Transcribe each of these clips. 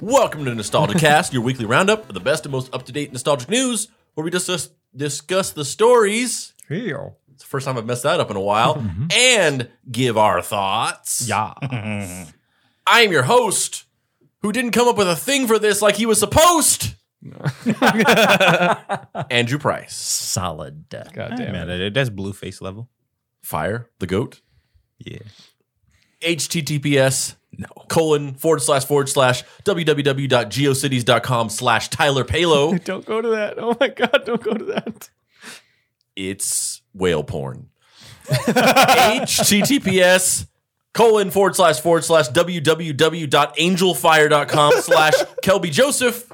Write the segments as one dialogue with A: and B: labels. A: Welcome to Nostalgia Cast, your weekly roundup of the best and most up to date nostalgic news, where we discuss, discuss the stories.
B: Feel.
A: It's the first time I've messed that up in a while, and give our thoughts.
B: Yeah.
A: I am your host, who didn't come up with a thing for this like he was supposed. Andrew Price,
C: Solid.
B: God
D: Hey,
B: damn
D: man,
B: it.
D: that- that's blue face level.
A: Fire the Goat,
D: Yeah.
A: HTTPS colon forward slash forward slash www.geocities.com slash Tyler Palo.
B: Don't go to that. Oh my God, don't go to that.
A: it's whale porn. HTTPS colon forward slash forward slash www.angelfire.com slash Kelby Joseph.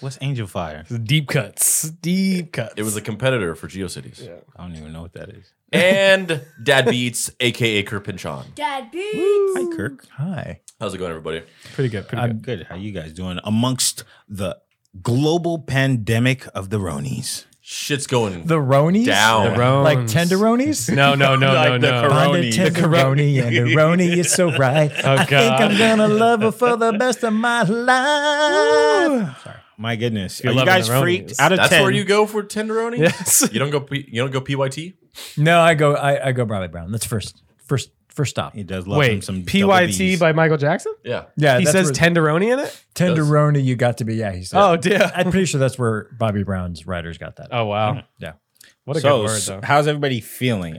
D: What's Angel Fire?
B: Deep cuts. Deep cuts.
A: It was a competitor for GeoCities.
D: I don't even know what that is.
A: And Dad Beats, aka Kirpinchon.
E: Dad beats.
D: Hi,
B: Hmm.
D: Kirk. Hi.
A: How's it going, everybody?
B: pretty good. Pretty
D: I'm good. How you guys doing amongst the global pandemic of the Ronies?
A: Shit's going
C: The Ronies?
A: down.
B: good. Rones.
C: Like tenderonis?
B: No, no, no,
D: Like
B: no, no.
D: the corona- Roni.
C: Bonda tenderoni and the Roni is so right. I think I'm
B: God.
C: gonna love her for the best of my life.
D: My goodness.
B: You're
D: Are you
B: loving
D: guys
B: the Ronies.
D: freaked? Out of
A: That's
D: 10.
A: where you go for tenderoni?
B: Yes.
A: You don't go P- you don't go PYT?
C: No, I go I, I go Bobby Brown. That's first first first stop.
D: He does love him
B: Wait,
D: some
B: PYT by Michael Jackson?
A: Yeah.
C: Yeah,
B: he
C: that's
B: says
C: where-
B: tenderoni in it?
C: tenderoni you got to be. Yeah, he said.
B: Oh, dear.
C: I'm pretty sure that's where Bobby Brown's writers got that.
B: Oh, wow.
C: Yeah.
B: What a
D: So,
B: good word,
D: s-
B: though.
D: how's everybody feeling?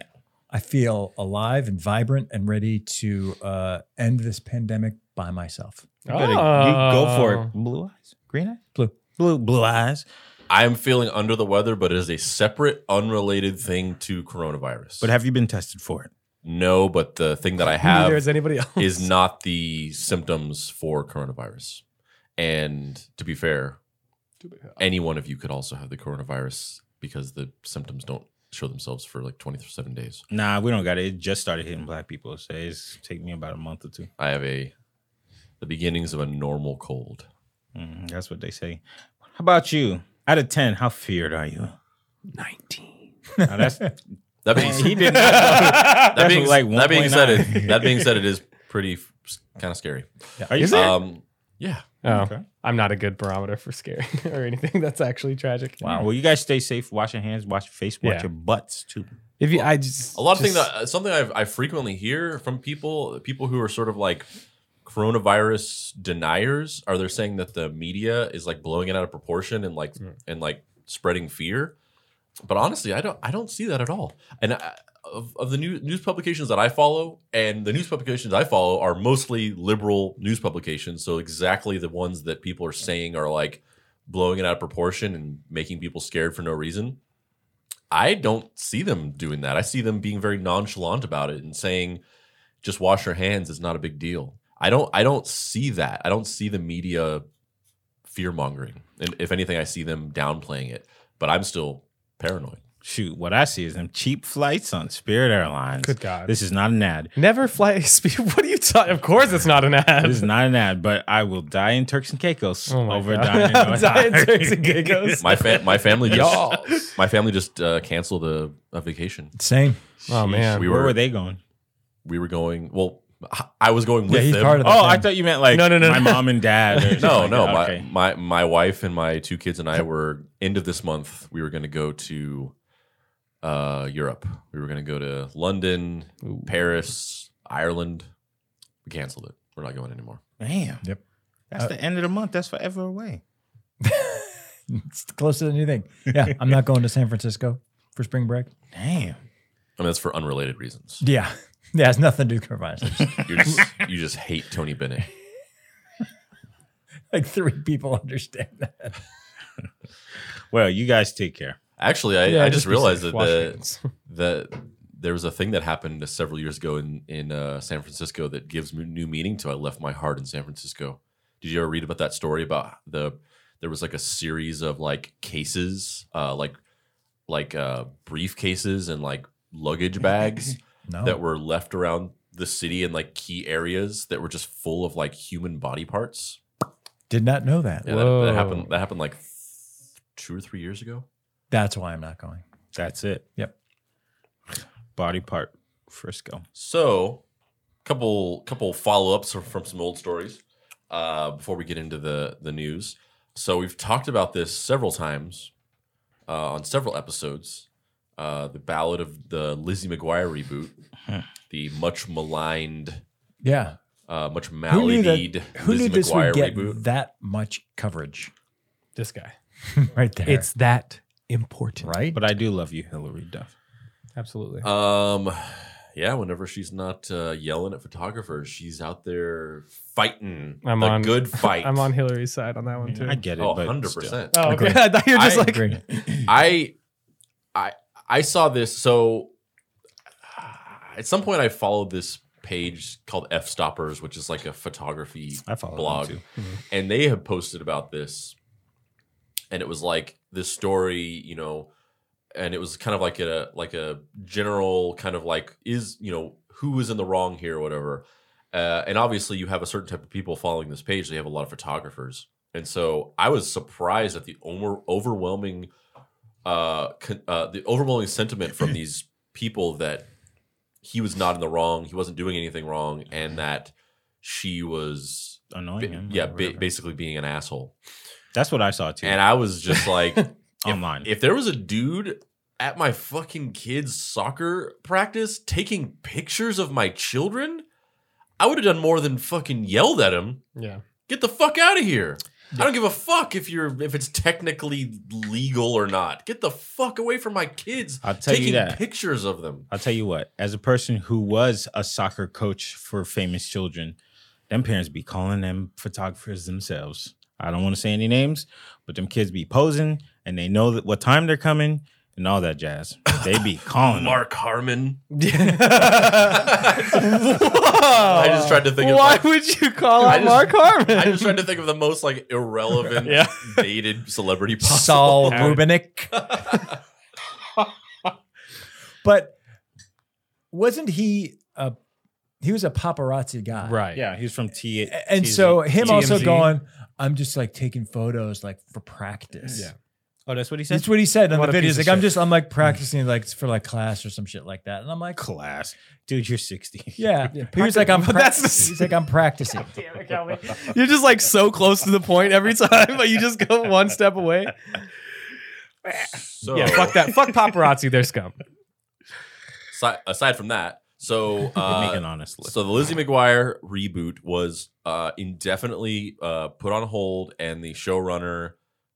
C: I feel alive and vibrant and ready to uh, end this pandemic by myself.
D: You better- you
B: Oh.
D: go for it. Blue eyes? Green eyes?
C: Blue.
D: Blue, blue eyes.
A: I'm feeling under the weather, but it is a separate, unrelated thing to coronavirus.
D: But have you been tested for it?
A: no, but the thing that I have
B: Neither is anybody else.
A: is not the symptoms for coronavirus. And to be fair, any one of you could also have the coronavirus because the symptoms don't show themselves for like 27 days.
D: Nah, we don't got it. It just started hitting black people. So it's take me about a month or two.
A: I have a the beginnings of a normal cold.
D: Mm, that's what they say. How about you? Out of 10, how feared are you?
B: 19.
D: Now, that's
A: That being,
D: he didn't.
A: that being,
D: like
A: that being said,
D: 1.9.
A: it, that being said, it is pretty kind of scary.
D: Are you
B: Is it?
D: serious?
A: Um, yeah,
B: Oh,
D: Okay.
B: I'm not a good barometer for scary or anything that's actually tragic.
D: Wow. Well, you guys stay safe. Wash your hands. Wash your face. Wash
B: Yeah.
D: your butts too.
B: If you, I just
A: a lot of things
B: just-
A: that uh, something I've, I frequently hear from people people who are sort of like coronavirus deniers are they're saying that the media is like blowing it out of proportion and like and like spreading fear but honestly i don't i don't see that at all and I, of, of the new, news publications that i follow and the news publications i follow are mostly liberal news publications so exactly the ones that people are saying are like blowing it out of proportion and making people scared for no reason I don't see them doing that. I see them being very nonchalant about it and saying, just wash your hands, it's not a big deal. I don't I don't see that. I don't see the media fear mongering. And if anything, I see them downplaying it. But I'm still paranoid.
D: Shoot, what I see is them cheap flights on Spirit Airlines.
B: Good God.
D: This is not an ad.
B: never fly. Speed. What are you talking? Of course, it's not an ad.
D: This is not an ad, but I will die in Turks and Caicos
B: Oh my
D: over
B: God.
D: dying in North
B: Dying in Turks and
D: Africa.
B: Caicos.
A: My fa- my family
B: Y'all.
A: just my family just uh, canceled a, a vacation.
C: Same.
B: oh man,
A: We
D: Where
A: were
D: were they going?
A: we were going well I- I was going with
C: yeah, he's
A: them.
C: part of the
D: Oh, I
C: thing.
D: thought you meant like
B: No, no, no,
D: my
B: no.
D: mom and dad. or something
A: no, no.
D: like that.
A: My,
D: Okay.
A: my my wife and my two kids and I were end of this month. We were going to go to uh, Europe. We were going to go to London, Paris, Ireland. We canceled it. We're not going anymore.
D: Damn.
C: Yep.
B: Uh,
D: That's the end of the month. That's forever away.
C: It's closer than you think. Yeah, I'm not going to San Francisco for spring break.
D: Damn.
A: I mean, that's for unrelated reasons.
C: Yeah. Yeah, it's nothing to do with coronavirus.
A: You just you just hate Tony Bennett.
C: like three people understand that.
D: Well, you guys take care.
A: Actually, I,
B: Yeah,
A: I just
B: be
A: realized
B: safe.
A: that
B: Wash your
A: the,
B: hands.
A: the there was a thing that happened several years ago in in uh, San Francisco that gives me new meaning to "I left my heart in San Francisco." Did you ever read about that story about the there was like a series of like cases, uh, like like uh, briefcases and like luggage bags
C: No.
A: that were left around the city in like key areas that were just full of like human body parts.
C: Did not know that.
A: Yeah, that, that
B: Whoa.
A: happened. That happened like two or three years ago.
C: That's why I'm not going.
D: That's it.
C: Yep.
D: Body part, Frisco.
A: So, couple couple follow ups from some old stories. uh, before we get into the the news. So we've talked about this several times uh, on several episodes. Uh, the ballad of the Lizzie McGuire reboot, the much maligned,
C: Yeah.
A: uh, much
C: Who knew, that,
A: maladied
C: who
A: Lizzie
C: knew this
A: McGuire
C: would get
A: reboot.
C: that much coverage
B: This guy.
C: right there?
B: It's that important.
C: right.
D: But I do love you, Hillary Duff.
B: Absolutely.
A: Um, yeah. Whenever she's not uh, yelling at photographers, she's out there fighting
B: I'm
A: the
B: on-
A: good fight.
B: I'm on Hillary's side on that one too.
D: I get it.
A: Oh,
D: but
A: 100
D: still.
A: percent.
B: oh, okay.
C: Agreed.
B: I thought you were just
A: I
B: like
C: Agree.
A: I, I, I saw this. So at some point, I followed this page called F Stoppers, which is like a photography
D: I follow them
A: blog,
D: too.
A: and they had posted about this, and it was like this story, you know, and it was kind of like a like a general kind of like is you know who is in the wrong here or whatever. Uh, and obviously, you have a certain type of people following this page. They have a lot of photographers, and so I was surprised at the over- overwhelming, uh, con- uh, the overwhelming sentiment from these people that he was not in the wrong, he wasn't doing anything wrong, and that she was,
D: Annoying.
A: ba-
D: him or
A: yeah, ba-
D: whatever.
A: basically being an asshole.
D: That's what I saw too.
A: And I was just like,
D: online.
A: if there was a dude at my fucking kids' soccer practice taking pictures of my children, I would have done more than fucking yelled at him.
B: Yeah.
A: Get the fuck out of here. I don't give a fuck if you're if it's technically legal or not. Get the fuck away from my kids
D: I'll tell
A: taking
D: you that.
A: pictures of them.
D: I'll tell you what. As a person who was a soccer coach for famous children, them parents be calling them photographers themselves. I don't want to say any names, but them kids be posing, and they know that what time they're coming and all that jazz. They be calling. them.
A: Mark Harmon.
B: I
A: just tried to think of,
B: Why
A: like-
B: would you call
A: I
B: out
A: just-
B: Mark Harmon?
A: I just tried to think of the most like irrelevant
B: Yeah.
A: dated celebrity possible.
C: Saul Rubinick. but wasn't he a he was a paparazzi guy?
B: right.
D: Yeah, he's from T.
C: And so him also
B: TMZ.
C: going, I'm just like taking photos like for practice.
B: Yeah.
D: Oh, that's what he said.
C: That's what he said on
B: What
C: the
B: a
C: video.
B: piece
C: He's like,
B: of
C: I'm
B: shit.
C: just I'm like practicing like for like class or some shit like that. And I'm like,
D: Class, dude, you're sixty.
C: yeah. He was like, I'm
B: But
C: prac-
B: that's the-
C: he's like, I'm practicing.
B: Damn it, Calvin. You're just like so close to the point every time, but you just go one step away.
A: So
B: Yeah, fuck that. Fuck paparazzi. They're scum.
A: si- aside from that, so
D: Make
A: uh,
D: an honest look.
A: so the Lizzie McGuire reboot was uh, indefinitely uh, put on hold, and the showrunner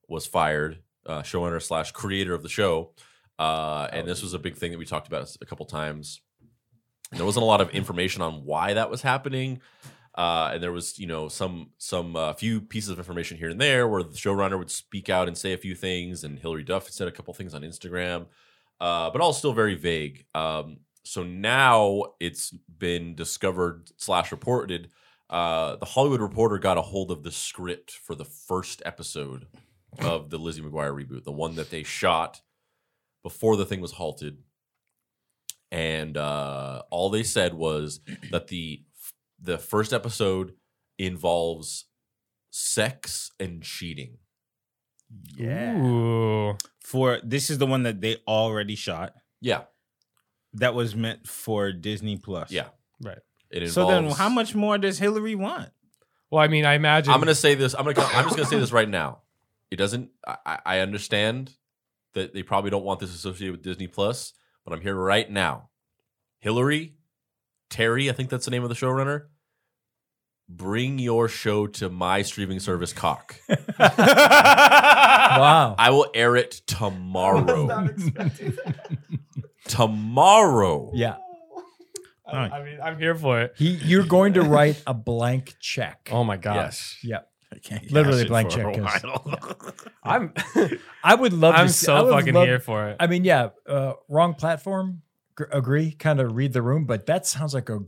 A: was fired. Uh, showrunner slash creator of the show, uh, and this was a big thing that we talked about a couple times. There wasn't a lot of information on why that was happening, uh, and there was you know some some uh, few pieces of information here and there where the showrunner would speak out and say a few things, and Hillary Duff had said a couple things on Instagram, uh, but all still very vague. Um, so now it's been discovered slash reported. Uh, the Hollywood Reporter got a hold of the script for the first episode of the Lizzie McGuire reboot, the one that they shot before the thing was halted. And uh, all they said was that the the first episode involves sex and cheating.
B: Ooh.
D: for this is the one that they already shot.
A: Yeah,
D: That was meant for Disney Plus.
A: yeah,
B: Right.
A: It involves.
D: So then, how much more does Hillary want?
B: Well, I mean, I imagine.
A: I'm gonna say this. I'm gonna. I'm just gonna say this right now. It doesn't. I- I, I understand that they probably don't want this associated with Disney Plus, but I'm here right now. Hillary, Terry, I think that's the name of the showrunner. Bring your show to my streaming service, Cock.
C: Wow.
A: I will air it tomorrow. tomorrow.
C: Yeah.
B: I, I mean, I'm here for it.
C: He you're going to write a blank check.
B: Oh my gosh.
A: Yes.
C: Yeah.
D: I can't
C: Literally
D: cash it
C: blank
D: for
C: check,
D: a
C: guys.
D: while.
B: I'm
C: I would love
B: I'm
C: to see-
B: so
C: I would
B: fucking
C: love-
B: here for it.
C: I mean, yeah, uh, wrong platform. Gr- agree, kind of read the room, but that sounds like a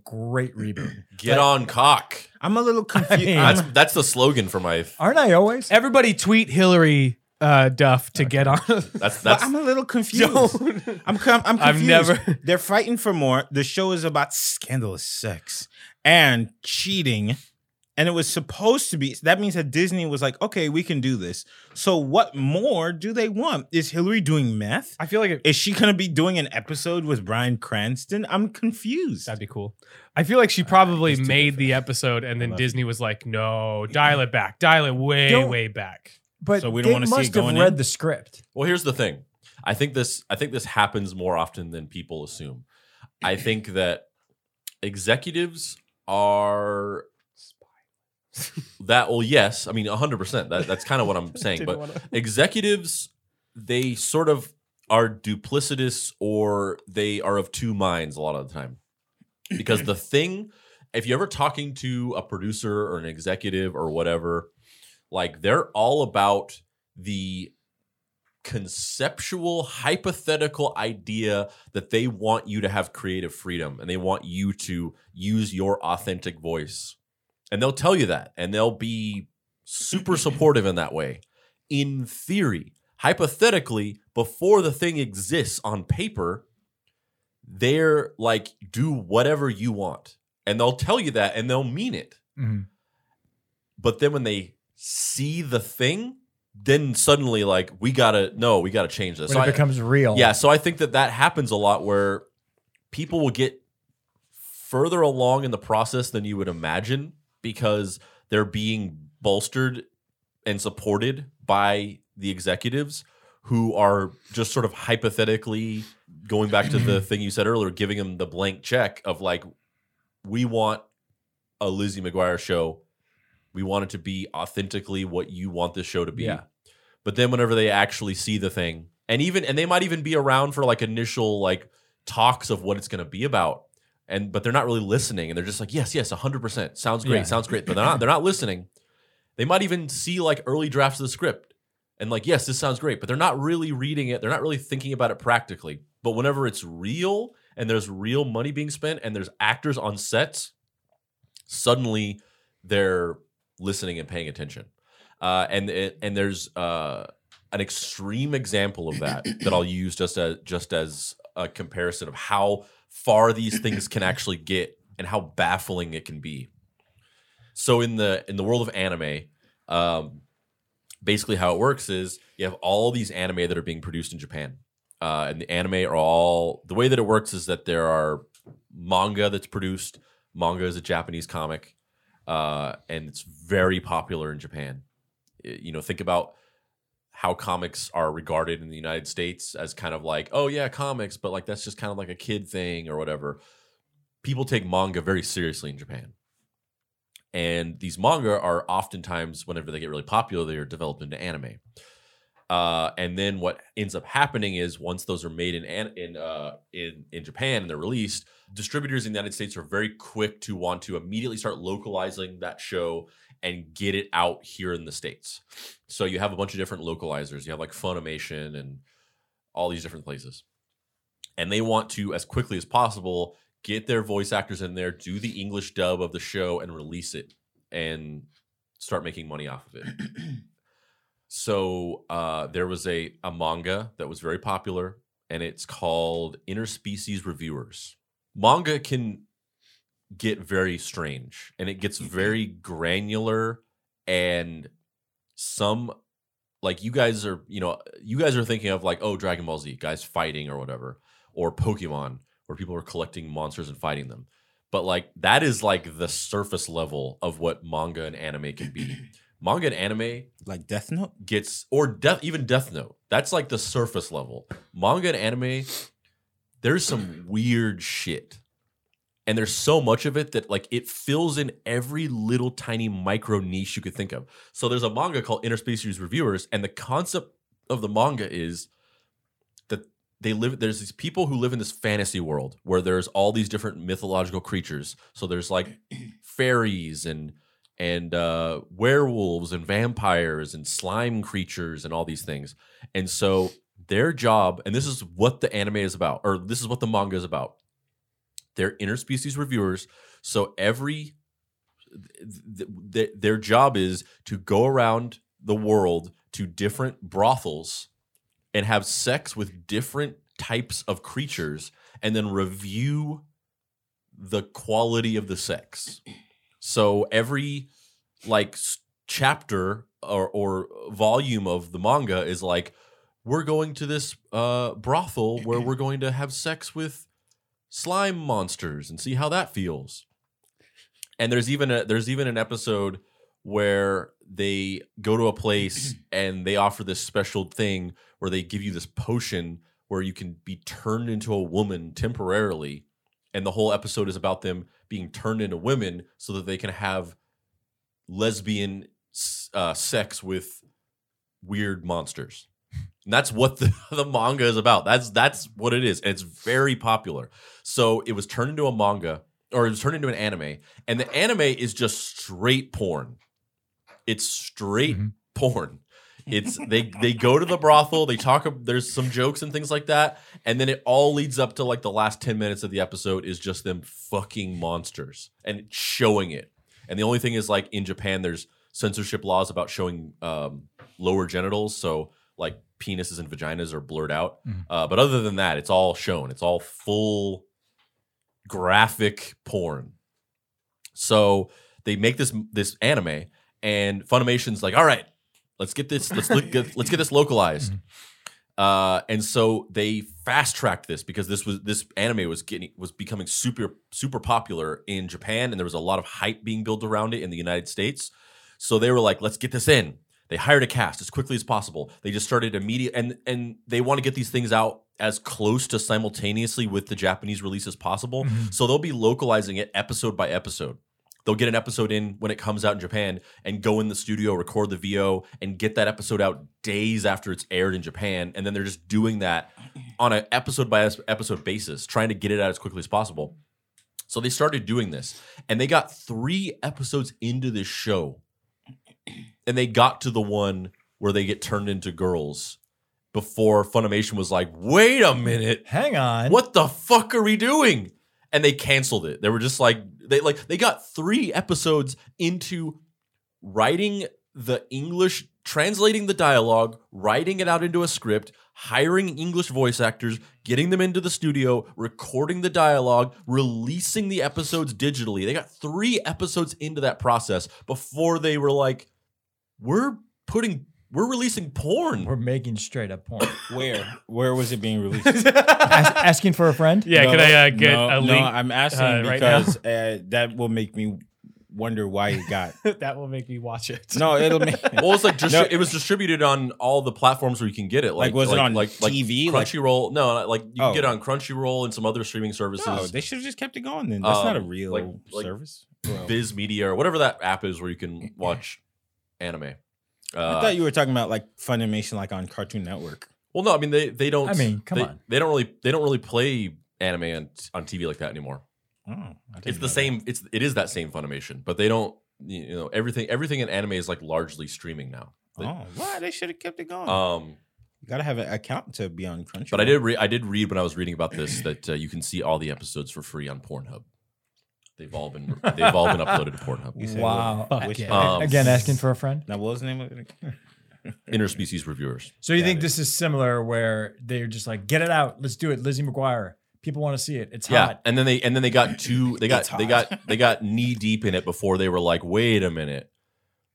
C: great reboot.
A: Get on Cock.
D: I'm a little confused.
C: mean-
D: I'm-
A: That's that's the slogan for my.
C: Aren't I always?
B: Everybody tweet Hillary uh, Duff to get on.
A: That's
D: but
A: that's
D: I'm a little confused.
B: Don't.
D: I'm com- I'm
B: I've
D: confused.
B: never-
D: They're fighting for more. The show is about scandalous sex and cheating And it was supposed to be that means that Disney was like, okay, we can do this. So what more do they want? Is Hillary doing meth?
E: I feel like it,
D: Is she gonna be doing an episode with Brian Cranston? I'm confused.
E: that'd be cool. Uh, I feel like she probably
D: he's too
E: made
D: good for
E: the episode, and then
D: love
E: Disney was like, "No, dial it back, dial it way,
C: Don't-
E: way back."
C: But
D: So we don't
C: they
D: wanna see it
C: must
D: going
C: have read
D: in?
C: the script.
A: Well, here's the thing. I think this I think this happens more often than people assume. I think that executives are that well yes, I mean 100%. That that's kind of what I'm saying, but executives they sort of are duplicitous or they are of two minds a lot of the time because the thing if you're ever talking to a producer or an executive or whatever like they're all about the conceptual hypothetical idea that they want you to have creative freedom and they want you to use your authentic voice and they'll tell you that and they'll be super supportive in that way in theory hypothetically before the thing exists on paper they're like do whatever you want and they'll tell you that and they'll mean it
C: Mhm.
A: but then when they see the thing then suddenly like we gotta no we gotta change this
C: When
A: So
C: it
A: I-
C: becomes real.
A: yeah, so I think that that happens a lot where people will get further along in the process than you would imagine because they're being bolstered and supported by the executives who are just sort of hypothetically going back to the thing you said earlier, giving them the blank check of like, we want a Lizzie McGuire show. We want it to be authentically what you want this show to be.
C: Yeah.
A: But then whenever they actually see the thing, and even and they might even be around for like initial like talks of what it's going to be about, and but they're not really listening, and they're just like, yes, yes, hundred percent, sounds great,
C: Yeah.
A: sounds great, but they're not they're not listening. They might even see like early drafts of the script, and like, yes, this sounds great, but they're not really reading it, they're not really thinking about it practically. But whenever it's real and there's real money being spent and there's actors on sets, suddenly they're listening and paying attention. Uh, and and there's uh, an extreme example of that that I'll use just as just as a comparison of how far these things can actually get and how baffling it can be. So in the in the world of anime, um, basically how it works is you have all these anime that are being produced in Japan, uh, and the anime are all the way that it works is that there are manga that's produced. Manga is a Japanese comic, uh, and it's very popular in Japan. I- You know, think about how comics are regarded in the United States as kind of like, oh yeah, comics, but like that's just kind of like a kid thing or whatever. People take manga very seriously in Japan. And these manga are oftentimes, whenever they get really popular, they are developed into anime. Uh, and then what ends up happening is once those are made in an- in uh, in in Japan and they're released, distributors in the United States are very quick to want to immediately start localizing that show and get it out here in the states. So you have a bunch of different localizers. You have like Funimation and all these different places. And they want to, as quickly as possible, get their voice actors in there, do the English dub of the show, and release it and start making money off of it. so uh, there was a, a manga that was very popular, and it's called Interspecies Reviewers. Manga can get very strange and it gets very granular and some like you guys are you know you guys are thinking of like oh dragon ball z guys fighting or whatever or pokemon where people are collecting monsters and fighting them but like that is like the surface level of what manga and anime can be manga and anime
D: like Death Note?
A: gets or death even death note that's like the surface level manga and anime there's some weird shit and there's so much of it that like it fills in every little tiny micro niche you could think of so there's a manga called interspecies reviewers and the concept of the manga is that they live there's these people who live in this fantasy world where there's all these different mythological creatures so there's like fairies and and uh, werewolves and vampires and slime creatures and all these things. And so their job, and this is what the anime is about, or this is what the manga is about. They're interspecies reviewers, so every th- th- their job is to go around the world to different brothels and have sex with different types of creatures, and then review the quality of the sex. So every like s- chapter or, or volume of the manga is like we're going to this uh, brothel where we're going to have sex with slime monsters and see how that feels. And there's even a there's even an episode where they go to a place and they offer this special thing where they give you this potion where you can be turned into a woman temporarily and the whole episode is about them being turned into women so that they can have lesbian s- uh, sex with weird monsters and that's what the, the manga is about that's that's what it is and it's very popular so it was turned into a manga or it was turned into an anime and the anime is just straight porn it's straight
C: Mhm.
A: porn it's they they go to the brothel they talk there's some jokes and things like that and then it all leads up to like the last 10 minutes of the episode is just them fucking monsters and showing it and the only thing is like in japan there's censorship laws about showing um, lower genitals so like penises and vaginas are blurred out
C: Mhm.
A: uh, but other than that it's all shown it's all full graphic porn so they make this this anime and Funimation's like, all right, let's get this, let's look, get, let's get this localized. Uh, and so they fast tracked this because this was this anime was getting was becoming super super popular in Japan, and there was a lot of hype being built around it in the United States. So they were like, let's get this in. They hired a cast as quickly as possible. They just started immediate and and they want to get these things out as close to simultaneously with the Japanese release as possible.
C: Mhm.
A: So they'll be localizing it episode by episode. They'll get an episode in when it comes out in Japan and go in the studio, record the VO, and get that episode out days after it's aired in Japan. And then they're just doing that on an episode by episode basis, trying to get it out as quickly as possible. So they started doing this, and they got three episodes into this show, and they got to the one where they get turned into girls before Funimation was like, "Wait a minute,
C: Hang on.
A: what the fuck are we doing? And they canceled it. They were just like they like they got three episodes into writing the English, translating the dialogue, writing it out into a script, hiring English voice actors, getting them into the studio, recording the dialogue, releasing the episodes digitally. They got three episodes into that process before they were like, "We're putting, we're releasing porn."
C: We're making straight up porn.
D: Where? Where was it being released?
C: Ask, asking for a friend.
E: Yeah,
D: No,
E: can I uh, get
D: no,
E: a link?
D: No, I'm asking
E: uh, right now?
D: because uh, that will make me wonder why it got.
E: that will make me watch it.
D: no, it'll make.
A: well, it's like distri-
D: No.
A: it was distributed on all the platforms where you can get it. Like,
D: Like, was it on TV? Like-
A: Crunchyroll? no, like you can
D: Oh.
A: get it on Crunchyroll and some other streaming services,
D: No, they should have just kept it going. Then that's not a
A: Um,
D: real
A: like- like-
D: service. Well,
A: Viz Media or whatever that app is where you can watch anime.
D: I
A: Uh,
D: thought you were talking about like Funimation, like on Cartoon Network.
A: well, no, I mean they they don't.
C: I mean, come
A: they,
C: on.
A: they don't really they don't really play anime on, on TV like that anymore.
D: Oh, I didn't
A: It's
D: know
A: the
D: that.
A: same. It's it is that same Funimation, but they don't. You know everything. Everything in anime is like largely streaming now.
D: Oh, why they should have kept it going?
A: Um,
D: you gotta have an account to be on Crunchyroll.
A: but I did re- I did read when I was reading about this that uh, you can see all the episodes for free on Pornhub. They've all been they've all been uploaded to Pornhub.
D: You said
C: Wow.
D: what?
C: Okay.
D: Which-
A: Um,
C: Again, asking for a friend.
D: Now, what was the name of it? again?
A: Interspecies reviewers.
C: So you
D: Got
C: think
D: it.
C: this is similar, where they're just like, get it out, let's do it, Lizzie McGuire. People want to see it. It's
A: Yeah,
C: hot.
A: and then they and then they got two they
D: It's
A: got
D: hot.
A: they got they got knee deep in it before they were like, wait a minute,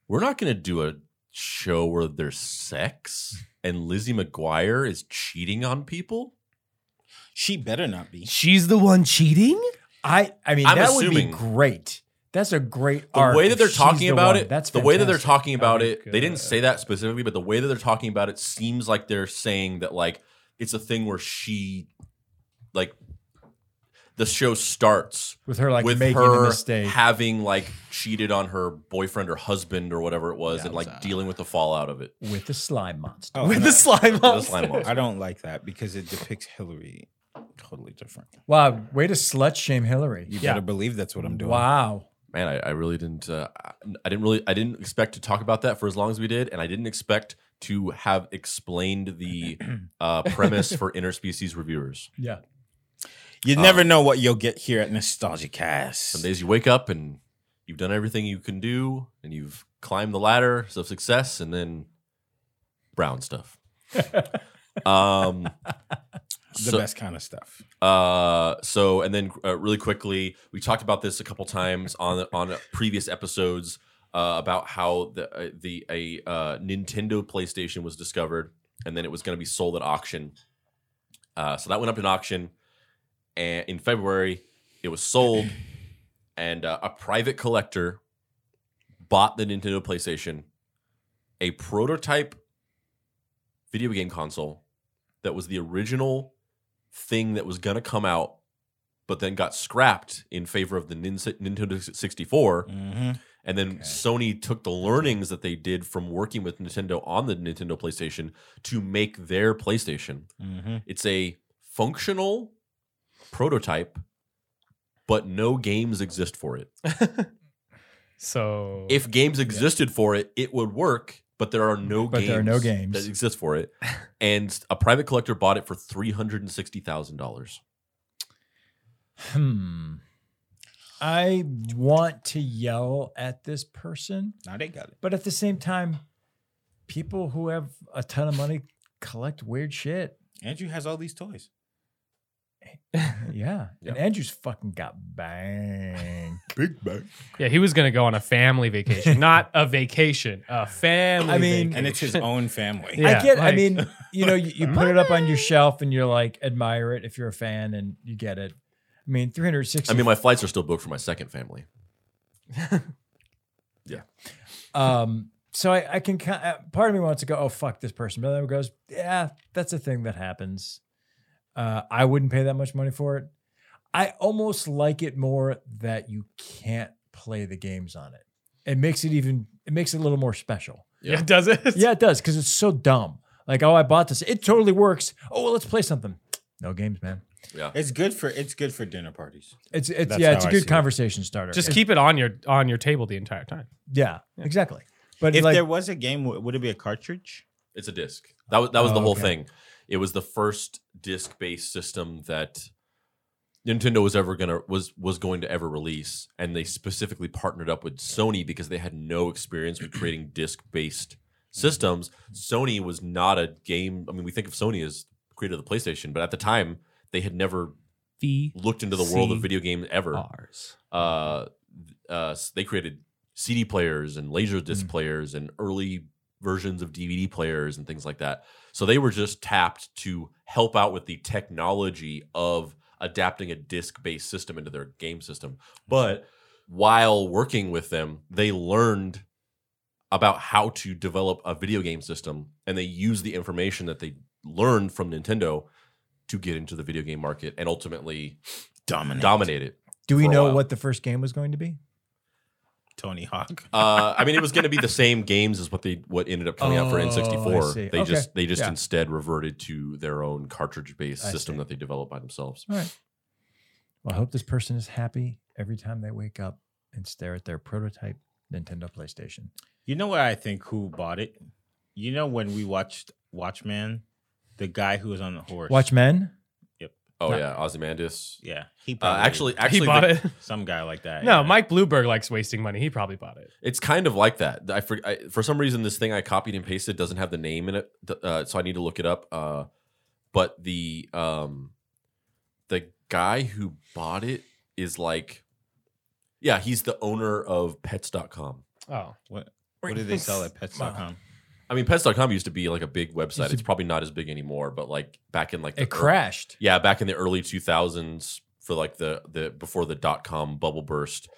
A: we're not gonna do a show where there's sex and Lizzie McGuire is cheating on people.
D: She better not be.
E: She's the one cheating?
C: I I mean,
A: I'm
C: that
A: assuming-
C: would be great. That's a great
A: the
C: arc
A: way that
C: if
A: they're
C: she's
A: talking
C: the
A: about
C: one.
A: it
C: That's
A: the way that they're
C: fantastic. Oh
A: talking about
E: my
A: it they didn't
E: God.
A: say that specifically but the way that they're talking about it seems like they're saying that like it's a thing where she like the show starts
C: with her like
A: with
C: making
A: her
C: a mistake.
A: having like cheated on her boyfriend or husband or whatever it was
D: That
A: and
D: was,
A: like
D: uh,
A: dealing with the fallout of it
C: with the slime monster.
D: Oh,
C: with
D: no.
C: the slime
A: The
C: monster.
A: slime monster.
D: I don't like that because it depicts Hillary totally different.
C: Wow, way to slut shame Hillary.
D: You
E: Yeah.
D: better believe that's what I'm doing.
C: Wow.
A: man I, I really didn't uh, I- i didn't really i didn't expect to talk about that for as long as we did and i didn't expect to have explained the uh, premise for interspecies reviewers
C: Yeah.
D: You
A: Uh,
D: never know what you'll get here at Nostalgia Cast.
A: Some days you wake up and you've done everything you can do and you've climbed the ladder of success and then brown stuff. um,
D: the
A: so-
D: best kind of stuff.
A: uh, so and then uh, really quickly, we talked about this a couple times on on previous episodes. uh, about how the uh, the a uh, Nintendo PlayStation was discovered, and then it was going to be sold at auction. Uh, so that went up in auction, and in February it was sold, and uh, a private collector bought the Nintendo PlayStation, a prototype video game console that was the original thing that was going to come out, but then got scrapped in favor of the Nin- Nintendo 64.
D: Mhm.
A: And then Sony took the learnings that they did from working with Nintendo on the Nintendo PlayStation to make their PlayStation.
D: Mhm.
A: It's a functional prototype, but no games exist for it.
C: Oh,
E: So
A: If games existed for it, it would work, but there are no
C: But
A: games
C: there are no games.
A: that exist for it. and a private collector bought it for $360,000.
C: Hmm. I want to yell at this person,
D: Now they got it.
C: but at the same time, people who have a ton of money collect weird shit.
D: Andrew has all these toys.
C: Yeah.
A: Yeah.
C: And Andrew's fucking got bang. Big bang.
E: yeah, he was gonna go on a family vacation, not a vacation, a family.
C: I mean-
E: vacation.
D: And it's his own family.
E: Yeah,
C: I get I
E: like-
C: mean, you know, you, you put it up on your shelf and you're like, admire it if you're a fan and you get it. I mean, 360.
A: I mean, my flights are still booked for my second family.
C: Um, so I, I can. ki- uh, Part of me wants to go, oh fuck this person, but then goes, yeah, that's a thing that happens. Uh, I wouldn't pay that much money for it. I almost like it more that you can't play the games on it. It makes it even. It makes it a little more special.
E: yeah, does it?
C: Yeah, it does because it's so dumb. Like, oh, I bought this. It totally works. Oh, well, let's play something. No games, man.
D: It's good for it's good for dinner parties.
C: It's it's
D: That's
C: yeah, it's
D: how
C: a
D: I see
C: good
D: it.
C: conversation starter.
E: Just
C: It-
E: keep it on your on your table the entire time.
C: yeah, exactly. But
D: If
C: like,
D: there was a game, w- would it be a cartridge?
A: It's a disc. That was that was the
C: Oh,
A: whole
C: okay.
A: thing. It was the first disc-based system that Nintendo was ever gonna was was going to ever release, and they specifically partnered up with Sony because they had no experience with creating disc-based systems. Sony was not a game. I mean, we think of Sony as creator of the PlayStation, but at the time they had never
E: The
A: looked into the world of
E: C-
A: video games ever
E: R's.
A: uh, uh, they created CD players and laser disc players and early versions of DVD players and things like that. So they were just tapped to help out with the technology of adapting a disc based system into their game system. But while working with them, they learned about how to develop a video game system and they used the information that they learned from Nintendo to get into the video game market and ultimately
D: Dominant.
A: dominate it.
C: do we
A: for a
C: know
A: while.
C: what the first game was going to be?
D: Tony Hawk.
A: Uh, I mean, it was going to be the same games as what they what ended up coming out for
C: Oh, I
A: N64.
C: see.
A: They
C: Okay.
A: just they just
C: Yeah.
A: instead reverted to their own cartridge based
C: I
A: system
C: see.
A: that they developed by themselves.
C: All right. Well, I hope this person is happy every time they wake up and stare at their prototype Nintendo PlayStation.
D: You know what I think who bought it? You know when we watched Watchman, the guy who was on the horse.
C: Watchmen.
A: Oh
C: No.
A: yeah, Ozymandias.
D: Yeah. He
A: Uh,
D: probably-
A: actually, actually,
E: he bought
A: the-
E: it.
D: some guy like that.
E: No,
D: yeah.
E: Mike Bloomberg likes wasting money. He probably bought it.
A: it's kind of like that. I for, I for some reason this thing I copied and pasted doesn't have the name in it, th- uh, so I need to look it up. Uh, but the um, the guy who bought it is like, yeah, he's the owner of Pets.com.
E: Oh,
D: What, what do they sell at pets.com?
A: I mean, pets.com used to be like a big website.
C: Used to
A: It's probably not as big anymore, but like back in like the
C: It
A: ear-
C: crashed.
A: yeah, back in the early 2000s for like the the before the dot com bubble burst,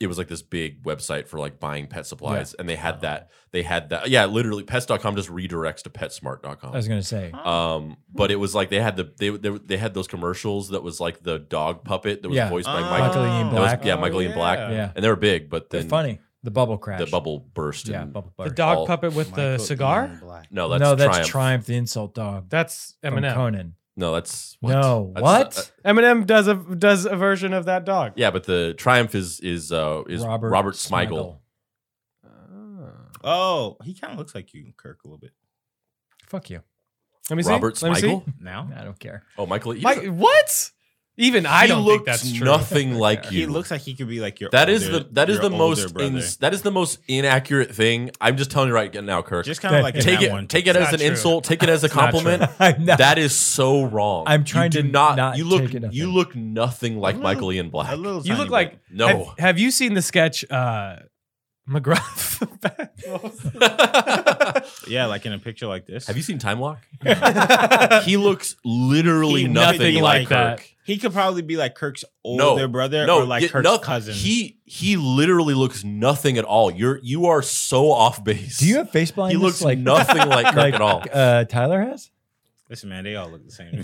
A: it was like this big website for like buying pet supplies and they had that they had that yeah, literally pets.com just redirects to petsmart.com.
C: I was going to say.
A: Um, but it was like they had the they, they they had those commercials that was like the dog puppet that was
C: Yeah.
A: voiced by
D: Oh.
A: Michael
C: Michael Ian
A: that was-
C: Black.
A: yeah, Michael Ian Black.
C: Yeah.
A: And they were big, but
C: They're
A: then
C: funny. The bubble crashed.
A: the bubble burst
C: Yeah,
A: and
C: bubble
E: the
C: burst.
E: dog
A: All-
E: puppet with the
D: Michael
E: cigar.
D: Ian Black.
A: no, that's
C: no, that's
A: Triumph.
C: Triumph. the insult dog.
E: That's
C: From
E: Eminem.
C: Conan.
A: No, that's
C: No.
A: That's-
C: what?
A: uh,
E: Eminem does a does a version of that dog.
A: Yeah, but the Triumph is is uh, is Robert, Smigel.
D: Oh, he kind of looks like you, Kirk, a little bit.
C: Fuck you.
E: Let me see.
A: Robert
E: Let me see.
A: Smigel.
D: Now?
C: I don't care.
A: Oh, Michael. he
E: Mike,
A: doesn't-
E: what? Even I
A: he
E: don't
A: looks
E: think that's true.
A: nothing like you.
D: He looks like he could be like your
A: That is
D: older-
A: the that is
D: your
A: the most
D: older brother.
A: ins- that is the most inaccurate thing. I'm just telling you right now, Kirk.
D: Just kind of like in
A: take
D: that
A: it
D: one.
A: take it
E: It's
A: as
E: not
A: an
E: true.
A: insult. Take it as a
E: It's not
A: compliment.
C: I'm not.
A: That is so wrong.
C: I'm trying
A: you
C: to
A: did not,
C: not
A: you look
C: take it as
A: you
C: him.
A: look nothing like
D: A little-
A: Michael Ian Black.
D: A little
E: You
D: tiny
E: look
D: bit.
E: like
A: No.
E: Have, have you seen the sketch? Uh, McGruff.
D: Yeah, like in a picture like this.
A: Have you seen Time Lock? he looks literally
D: He-
A: nothing, like,
E: that.
A: Kirk.
D: He could probably be like Kirk's
A: No,
D: older brother or like
A: yeah,
D: Kirk's
A: noth-
D: cousin.
A: He he literally looks nothing at all. You're you are so off base.
C: Do you have face
A: he
C: blindness?
A: looks
C: like
A: nothing like Kirk
C: like
A: at all.
C: uh, Tyler has.
D: Listen, man, they all look the same.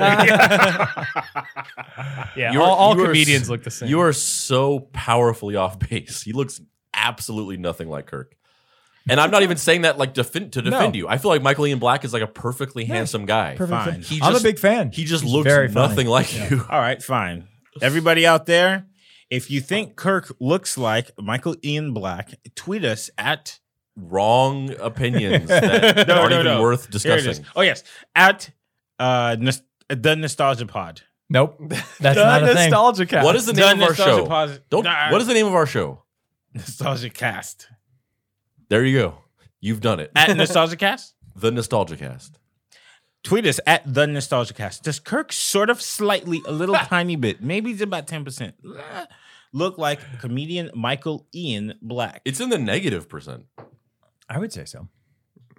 E: yeah,
A: You're-
E: all, all
A: you are
E: comedians
A: s-
E: look the same.
A: You are so powerfully off base. He looks absolutely nothing like Kirk. And I'm not even saying that like defend, to defend
C: No.
A: you. I feel like Michael Ian Black is like a perfectly
C: Yeah,
A: handsome guy.
C: Perfect.
D: Fine.
A: He
C: I'm a
A: just-
C: big fan.
A: He just
C: He's
A: looks
C: very funny.
A: nothing like you.
D: all right, fine. Everybody out there, if you think Kirk looks like Michael Ian Black, tweet us at
A: Wrong opinions that
D: No,
A: aren't
D: no,
A: even
D: no.
A: worth
D: here it is.
A: discussing.
D: Oh yes, at uh, nos- the Nostalgia Pod.
C: Nope, that's not a thing.
B: nostalgia cat.
A: What is the name of our
D: Nostalgia
A: show?
D: Pod-
A: Don't.
D: Nah,
A: What is the name of our show?
D: Nostalgia Cast?
A: There you go. You've done it.
D: At Nostalgia Cast.
A: The Nostalgia Cast.
D: Tweet us at the Nostalgia Cast. Does Kirk sort of slightly, a little tiny bit, maybe it's about ten percent, look like comedian Michael Ian Black?
A: It's in the negative percent.
C: I would say so.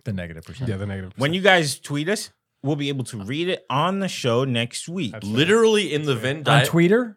C: The negative percent.
E: the negative.
D: When you guys tweet us, we'll be able to read it on the show next week.
A: Literally in the Venn
C: On
A: di-
C: Twitter,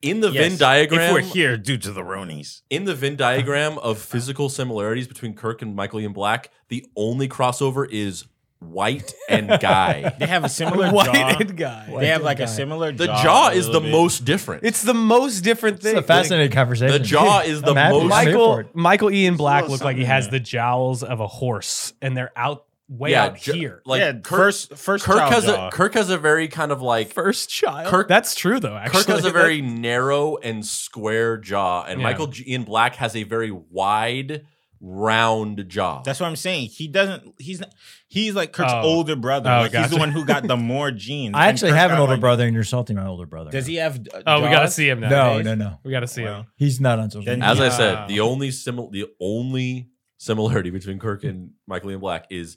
A: in the
D: Yes,
A: Venn diagram.
D: If we're here due to the Ronies.
A: in the Venn diagram of physical similarities between Kirk and Michael Ian Black, the only crossover is white and guy.
D: They have a similar jaw.
B: White guy.
D: They have like a
C: guy.
D: similar
A: the
D: jaw.
A: jaw
D: a
A: is the
D: little bit.
A: most different.
B: It's the most different
C: it's
B: thing.
C: a fascinating conversation.
A: the jaw is the
C: I'm happy.
A: most.
C: Mike-
B: Michael
C: Straightforward.
B: Michael Ian Black
D: Little
B: looked
E: like
B: like
E: he
D: something.
E: has the jowls of a horse, and they're out way
A: yeah,
E: out
A: ju-
E: here.
A: Like
D: yeah,
A: Kirk,
D: first first
A: Kirk
D: child
A: has
D: jaw.
A: a Kirk has a very kind of like Kirk
B: first child.
A: Kirk-
E: That's true though. Actually,
A: has a very narrow and square jaw, and
E: Yeah.
A: Michael G- Ian Black has a very wide, round jaw.
D: That's what I'm saying. He doesn't. He's not. He's like Kirk's
E: Oh.
D: older brother.
E: Oh,
D: like he's
E: gotcha.
D: the one who got the more genes.
C: I
D: And
C: actually
D: Kirk
C: have an
D: got,
C: older
D: like-
C: brother, and you're insulting my older brother.
D: Does he have? uh,
E: Oh, we gotta
D: jaws?
E: see him now.
C: No, no, no.
E: we gotta see him.
D: Well,
C: He's not on social.
D: Then-
C: media.
A: As I
E: Yeah.
A: said, the only simil- the only similarity between Kirk and Michael Ian Black is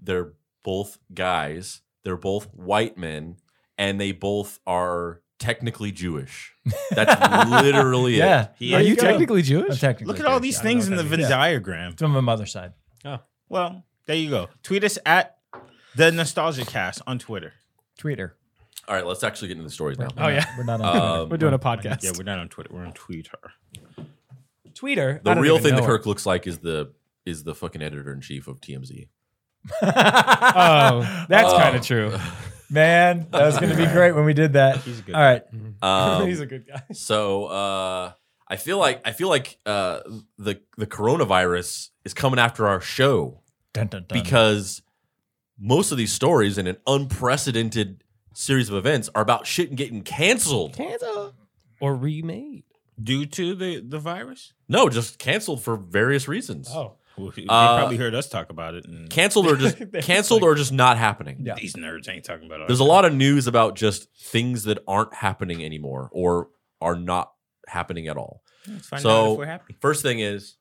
A: they're both guys, they're both white men, and they both are technically Jewish. That's literally
C: yeah.
A: it.
D: He
C: There
B: Are you
C: go.
B: technically
C: I'm
B: Jewish?
C: technically
D: Look at all
C: Jewish.
D: these
C: I don't
D: things in
C: know
D: the
C: what
D: Venn
C: that means.
D: diagram.
C: It's on my mother's side.
D: Well, there you go. Tweet us at the Nostalgia Cast on Twitter.
C: Twitter.
A: All right, let's actually get into the stories now.
E: Oh, yeah.
C: we're not on
A: Um,
E: We're doing a podcast.
D: Yeah, we're not on Twitter. We're on Twitter.
E: tweeter.
A: the real thing that Kirk looks like is the is the fucking editor in chief of TMZ.
C: Twitter.
E: Oh, that's
A: Oh.
E: kind of true.
C: Man, that was going to be great when we did that.
D: He's a good.
C: All right,
A: Um,
E: He's a good guy.
A: So uh, I feel like I feel like uh, the the coronavirus is coming after our show
C: dun, dun, dun.
A: because most of these stories in an unprecedented series of events are about shit and getting canceled.
E: Or remade.
D: Due to the the virus,
A: No, just canceled for various reasons.
E: Oh,
D: well, he- they
A: Uh,
D: probably heard us talk about it. And
A: Canceled or just canceled or just not happening.
C: Yeah.
D: These nerds ain't talking about it.
A: There's a lot of news about just things that aren't happening anymore or are not happening at all.
D: Let's find
A: so-
D: out if we're happy.
A: First thing is,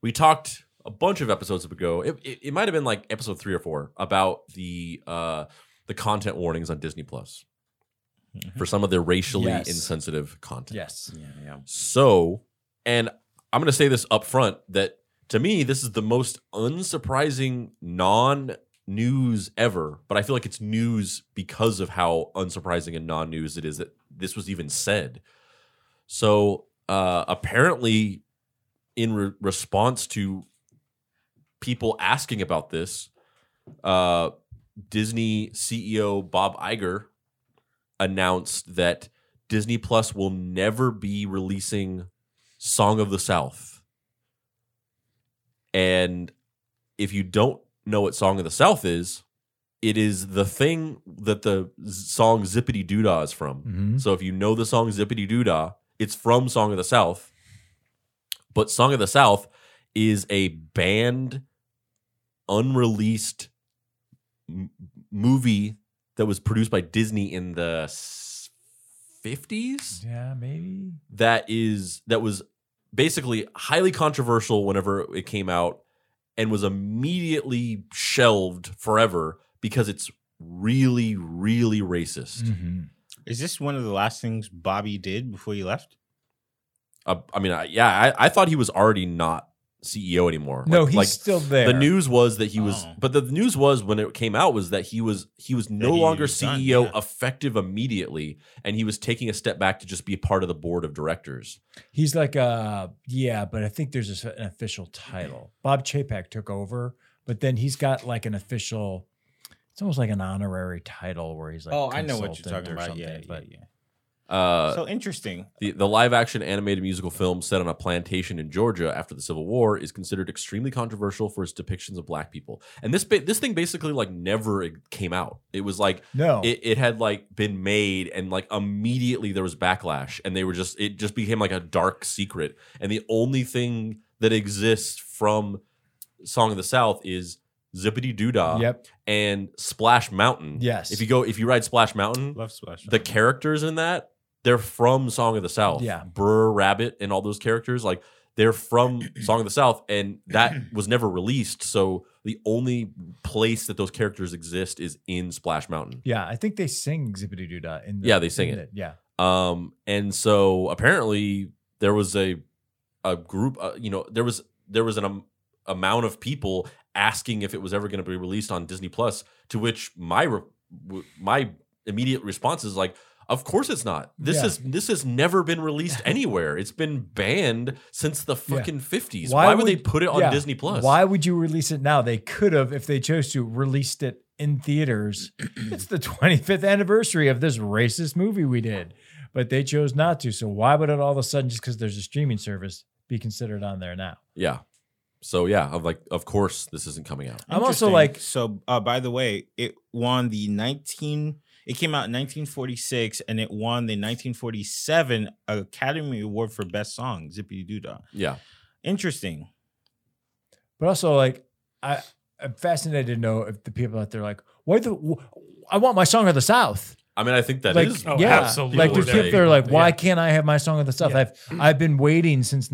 A: we talked a bunch of episodes ago. It, it, it might have been like episode three or four about the uh, the content warnings on Disney Plus
D: Mm-hmm.
A: for some of the racially
C: Mm-hmm. Yes.
A: insensitive content.
C: yes,
D: Yeah, yeah.
A: So, and I'm going to say this up front that to me, this is the most unsurprising non news ever, but I feel like it's news because of how unsurprising and non news it is that this was even said. So, uh, apparently, in re- response to people asking about this, uh, Disney CEO Bob Iger announced that Disney Plus will never be releasing Song of the South. And if you don't know what Song of the South is, it is the thing that the z- song Zippity Doodah is from.
C: Mhm.
A: So if you know the song Zippity Doodah, it's from Song of the South. But Song of the South is a banned, unreleased m- movie that was produced by Disney in the s- 50s
C: yeah, maybe.
A: that is that was basically highly controversial whenever it came out and was immediately shelved forever because it's really really racist.
C: Mhm.
D: Is this one of the last things Bobby did before he left?
A: Uh, I mean, I, yeah, I, I thought he was already not CEO anymore.
C: no,
A: Like-
C: he's
A: like
C: still there.
A: the news was that he was,
D: Oh.
A: but the news was when it came out was that he was he was no
D: That he
A: longer
D: was done,
A: CEO
D: yeah.
A: effective immediately, and he was taking a step back to just be part of the board of directors.
C: He's like, uh, yeah, but I think there's a, an official title. Bob Chapek took over, but then he's got like an official. It's almost like an honorary title where he's like,
D: oh, I know what you're
C: consultant
D: talking
C: or
D: about.
C: something,
D: Yeah, yeah,
C: but
D: yeah.
A: Uh,
D: so interesting.
A: The, the live action animated musical film set on a plantation in Georgia after the Civil War is considered extremely controversial for its depictions of black people. And this ba- this thing basically like never e, came out. It was like
C: no,
A: it, it had like been made and like immediately there was backlash and they were just it just became like a dark secret. And the only thing that exists from Song of the South is Zippity Doodah
C: yep,
A: and Splash Mountain.
C: Yes.
A: uh, If you go if you ride Splash Mountain,
D: Love splash.
A: the characters in that they're from Song of the South.
C: Yeah.
A: Burr Rabbit and all those characters like they're from Song of the South and that was never released. So the only place that those characters exist is in Splash Mountain.
C: yeah. I think they sing Zippity Doo Dah in. The,
A: Yeah, they sing
C: in
A: it.
C: the- yeah,
A: Um and so apparently there was a a group uh, you know there was there was an am- amount of people asking if it was ever going to be released on Disney Plus to which my re- w- my immediate response is like of course it's not. This
C: Yeah.
A: is this has never been released anywhere. It's been banned since the fucking 50s.
C: Why
A: Why, would,
C: would-
A: they put it on
C: yeah.
A: Disney Plus?
C: Why would you release it now? They could have, if they chose to, released it in theaters. it's the 25th anniversary of this racist movie we did, but they chose not to. So why would it all of a sudden, just because there's a streaming service, be considered on there now?
A: Yeah. So yeah, I'm like of course this isn't coming out.
C: I'm also
D: Interesting.
C: like-
D: so. Uh, by the way, it won the 19. It came out in 1946, and it won the 1947 Academy Award for Best Song, Zippity Doo Dah.
A: Yeah.
D: Interesting.
C: But also, like, I, I'm fascinated to know if the people out there are like, why the, wh- I want my song of the South.
A: I mean I think that is
C: like,
E: oh,
C: yeah,
E: absolutely.
C: like there's
E: They-
C: people that are like, why
E: yeah.
C: can't I have my song of the South?
E: Yeah.
C: I've I've been waiting since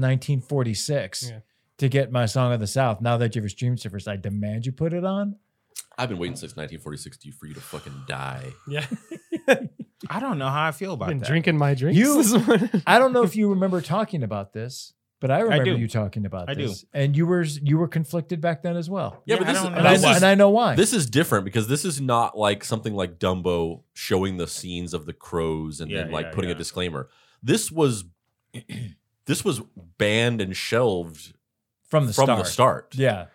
C: 1946
E: Yeah.
C: to get my song of the South. Now that you have a stream service, I demand you put it on.
A: I've been waiting since 1946 to- for you to fucking die.
E: Yeah,
D: I don't know how I feel about
E: been
D: that.
E: drinking my drinks.
C: You-
E: this morning.
C: I don't know if you remember talking about this, but I remember
D: do.
C: you talking about
D: I do.
C: this, and you were you were conflicted back then as well.
A: Yeah,
D: Yeah,
A: but
D: I
A: this, is-
D: don't know.
C: And I,
A: this
C: know,
A: is
C: and I know why.
A: this is different because this is not like something like Dumbo showing the scenes of the crows and then
D: Yeah,
A: like
D: yeah,
A: putting a
D: yeah.
A: disclaimer. This was this was banned and shelved
C: from the
A: from
C: start.
A: the start.
C: Yeah,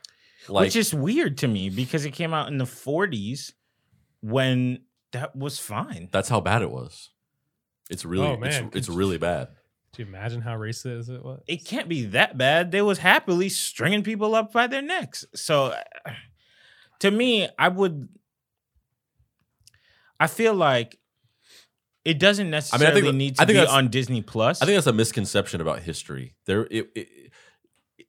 A: Like
D: which is weird to me because it came out in the 40s when that was fine.
A: that's how bad it was. It's really
E: Oh, man.
A: it's, it's really bad.
E: Do you imagine how racist it was?
D: It can't be that bad. They was happily stringing people up by their necks. So uh, to me, I would I feel like it doesn't necessarily need to
A: I think
D: be
A: that's-
D: on Disney Plus.
A: I think that's a misconception about history. There, it, it,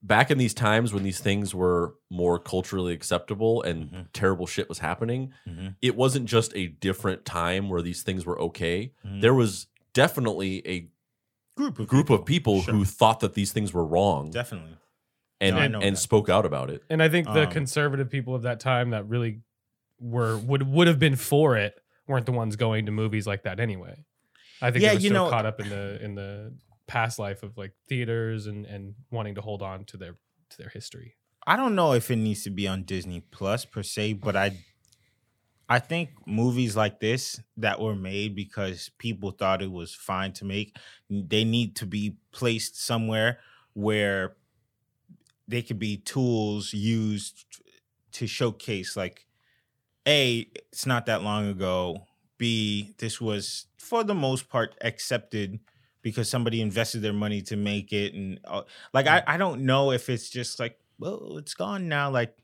A: back in these times when these things were more culturally acceptable and
D: Mhm.
A: terrible shit was happening,
D: Mhm.
A: it wasn't just a different time where these things were okay.
D: Mhm.
A: There was definitely a
D: group of
A: group of people
D: Sure.
A: who thought that these things were wrong
D: definitely.
A: and
D: No, I
A: and,
D: know that.
A: spoke out about it.
E: And I think the
D: Um,
E: conservative people of that time that really were would would have been for it weren't the ones going to movies like that anyway. I think
D: Yeah,
E: they were
D: you
E: so
D: know-
E: caught up in the in the past life of like theaters and and wanting to hold on to their to their history.
D: I don't know if it needs to be on Disney Plus per se, but I I think movies like this that were made because people thought it was fine to make, they need to be placed somewhere where they could be tools used to showcase like A, it's not that long ago. B, this was for the most part accepted because somebody invested their money to make it and uh, like I, I don't know if it's just like well it's gone now like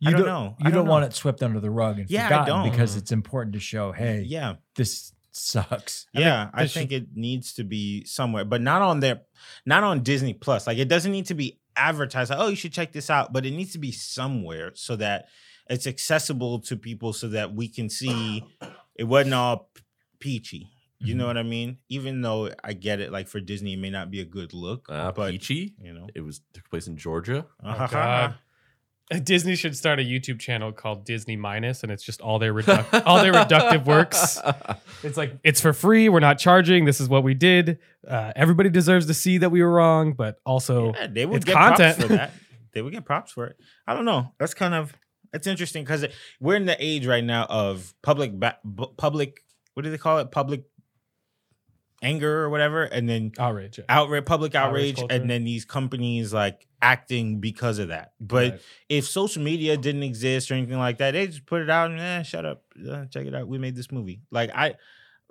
C: you
D: I don't know.
C: You
D: I
C: don't,
D: don't know.
C: want it swept under the rug and
D: Yeah, I
C: forgotten
D: don't.
C: because it's important to show. Hey,
D: yeah
C: this sucks.
D: yeah, I
E: this should-
D: think it needs to be somewhere, but not on their, not on Disney Plus. Like it doesn't need to be advertised. Like, oh, you should check this out, but it needs to be somewhere so that it's accessible to people, so that we can see it wasn't all p- peachy. You
E: Mm-hmm.
D: know what I mean? Even though I get it, like for Disney, it may
E: Ah,
D: not be a good look,
A: Uh,
D: but
A: Peachy,
D: you know,
A: it was took place in Georgia.
E: Oh, God. Disney should start a YouTube channel called Disney Minus, and it's just all their reduc- all their reductive works. It's like it's for free. We're not charging. This is what we did. Uh, everybody deserves to see that we were wrong, but also
D: Yeah, they would
E: it's
D: get
E: content.
D: props for that. They would get props for it. I don't know. That's kind of that's interesting because we're in the age right now of public ba- bu- public. What do they call it? Public anger or whatever, and then
E: outrage. yeah.
D: outrage, public
E: Outrage
D: outrage,
E: culture.
D: and then these companies like acting because of that. But
E: Right.
D: if social media didn't exist or anything like that, they just put it out and eh, shut up, Eh, check it out. We made this movie. Like I,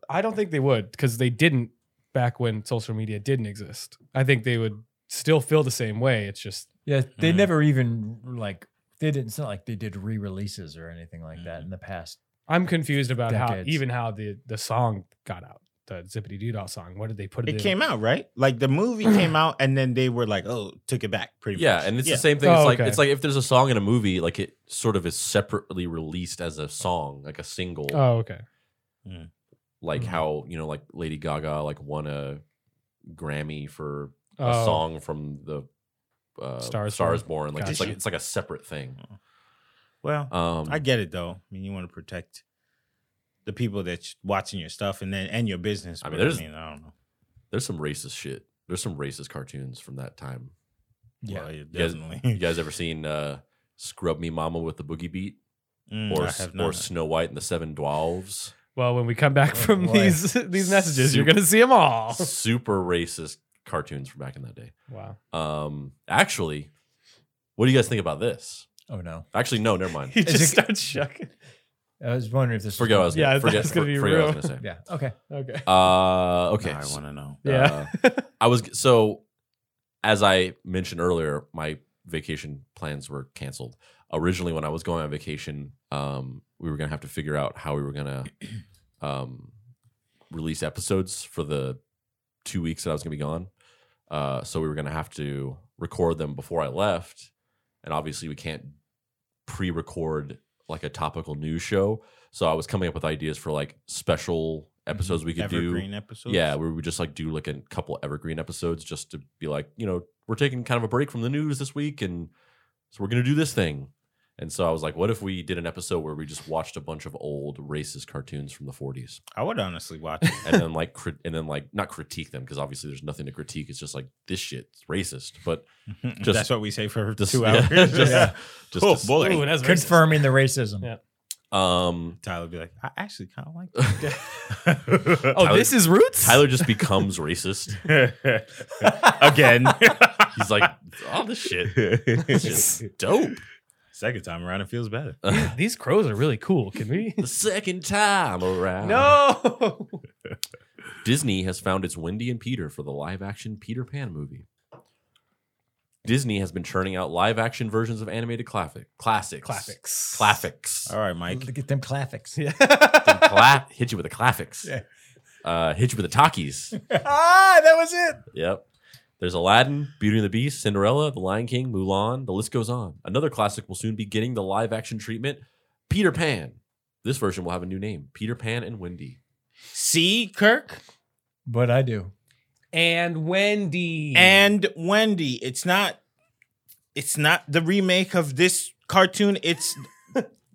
E: I don't think they would because they didn't back when social media didn't exist. I think they would still feel the same way. It's just
C: Yeah, they
E: Mm-hmm.
D: Mm.
C: never even like they didn't. It's not like they did re-releases or anything like that
E: Mm-hmm.
C: in the past.
E: I'm confused about
C: Decades.
E: how even how the the song got out. The Zippity Doodah song. What did they put it?
D: it
E: in?
D: came out right. Like the movie came out, and then they were like, oh, took it back. Pretty
A: Yeah,
D: much.
A: and it's
D: Yeah.
A: the same thing. It's
E: Oh,
A: like
E: okay.
A: it's like if there's a song in a movie, like it sort of is separately released as a song, like a single.
E: Oh, okay.
A: like
E: Mhm.
A: how you know, like Lady Gaga like won a Grammy for a
E: Oh.
A: song from the uh,
E: Star is
A: Stars Born. Like it's
D: Gotcha.
A: like it's like a separate thing.
D: Well,
A: Um,
D: I get it though. I mean, you want to protect the people that's watching your stuff and then and your business.
A: I
D: I
A: mean,
D: mean, I,
A: there's-
D: mean I don't know.
A: there's some racist shit. There's some racist cartoons from that time.
D: Yeah, well,
A: guys-
D: definitely.
A: You guys ever seen uh, Scrub Me Mama with the Boogie Beat
D: Mm,
A: or
D: I
A: or
D: have not.
A: Snow White and the Seven Dwarves?
E: Well, when we come back
D: Oh,
E: from
D: boy.
E: these these messages, you're
A: Super-
E: gonna see them
D: Oh.
E: all.
A: Super racist cartoons from back in that day.
E: Wow.
A: Um, actually, what do you guys think about this?
C: Oh no,
A: Actually, no, never mind.
E: He
C: Is
E: just
C: it-
E: starts shucking.
C: I was wondering if this.
A: Forget what I was gonna,
E: Yeah, I thought
A: forget,
E: it was gonna be
A: forget what I
E: real.
A: was gonna say.
C: Yeah. Okay.
E: Okay.
A: Uh,
D: Now
A: okay.
D: I want to know.
E: Yeah.
A: Uh, I was so as I mentioned earlier, my vacation plans were canceled. Originally, when I was going on vacation, um, we were gonna have to figure out how we were gonna um, release episodes for the two weeks that I was gonna be gone. Uh, so we were gonna have to record them before I left, and obviously we can't pre-record like a topical news show. So I was coming up with ideas for like special episodes we could do.
D: Evergreen episodes.
A: Yeah, where we just like do like a couple evergreen episodes just to be like, you know, we're taking kind of a break from the news this week and so we're going to do this thing. And so I was like, what if we did an episode where we just watched a bunch of old racist cartoons from the 40s
D: I would honestly watch it.
A: and then like crit- and then like not critique them because obviously there's nothing to critique. It's just like this shit's racist, but Just-
D: that's what we say for
A: just-
D: two
A: yeah.
D: hours. Just-
A: Yeah. just
D: oh
A: to-
D: boy,
E: Ooh, that's racist.
C: Confirming the racism.
E: Yeah.
A: um
D: Tyler would be like, I actually kind of like.
E: Oh,
A: Tyler-
E: this is roots.
A: Tyler just becomes racist.
D: that. Again,
A: He's like, "Oh, this shit, this shit's dope."
D: second time around, it feels better.
E: These crows are really cool. Can we?
A: The second time around. Uh,
E: no.
A: Disney has found its Wendy and Peter for the live action Peter Pan movie. Disney has been churning out live action versions of animated classic, classics.
E: Classics.
A: Classics.
D: All right, Mike.
C: Look at them classics.
E: Yeah.
A: Then cla- hit you with the classics.
C: Yeah.
A: Uh, hit you with the talkies.
C: ah, that was it.
A: yep. There's Aladdin, Beauty and the Beast, Cinderella, The Lion King, Mulan. The list goes on. Another classic will soon be getting the live action treatment Peter Pan. This version will have a new name Peter Pan and Wendy.
D: See Kirk
C: But I do.
E: and Wendy.
D: and Wendy. It's not. It's not the remake of this cartoon. It's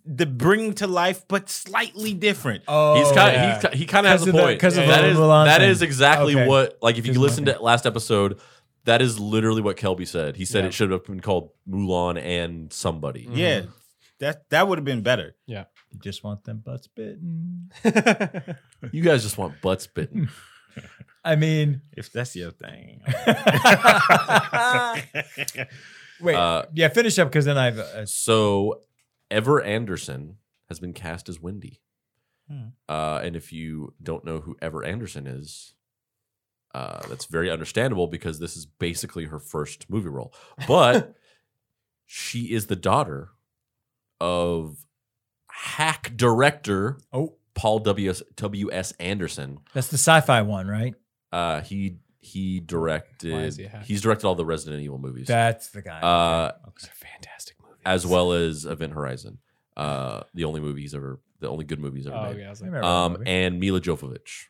D: the bring to life, but slightly different.
C: Oh,
A: He's kind
E: yeah.
A: of he kind of has
C: 'Cause
A: a
C: of the-
A: point.
C: 'cause
E: of
A: that
E: the
A: is
C: Mulan
A: that
C: thing.
A: is exactly
C: Okay.
A: what like if you
C: Just
A: listen
C: wanted-
A: to last episode, that is literally what Kelby said. He said
E: Yeah.
A: it should have been called Mulan and somebody.
C: Mm.
E: Mhm.
D: Yeah, that that would have been better.
C: You just want them butts bitten.
A: You guys just want butts bitten.
C: I mean,
D: If that's your thing.
C: wait.
A: Uh,
C: yeah, finish up because then I've. Uh,
A: so Ever Anderson has been cast as Wendy.
D: Hmm.
A: Uh, and if you don't know who Ever Anderson is, uh, that's very understandable because this is basically her first movie role. But she is the daughter of hack director
C: oh,
A: Paul W. S. W. S. Anderson.
C: that's the sci-fi one, right?
A: Uh, he he
E: Why is
A: directed.
E: he a hack?
A: he's directed all the Resident Evil movies.
C: That's the guy.
A: uh,
E: Those are fantastic movies.
A: as well as Event Horizon, uh, the only movie he's ever, the only good movie he's ever
E: Oh
A: made.
E: yeah. I was
C: I
E: like,
C: remember that
A: Um,
C: movie.
A: and Mila Jovovich.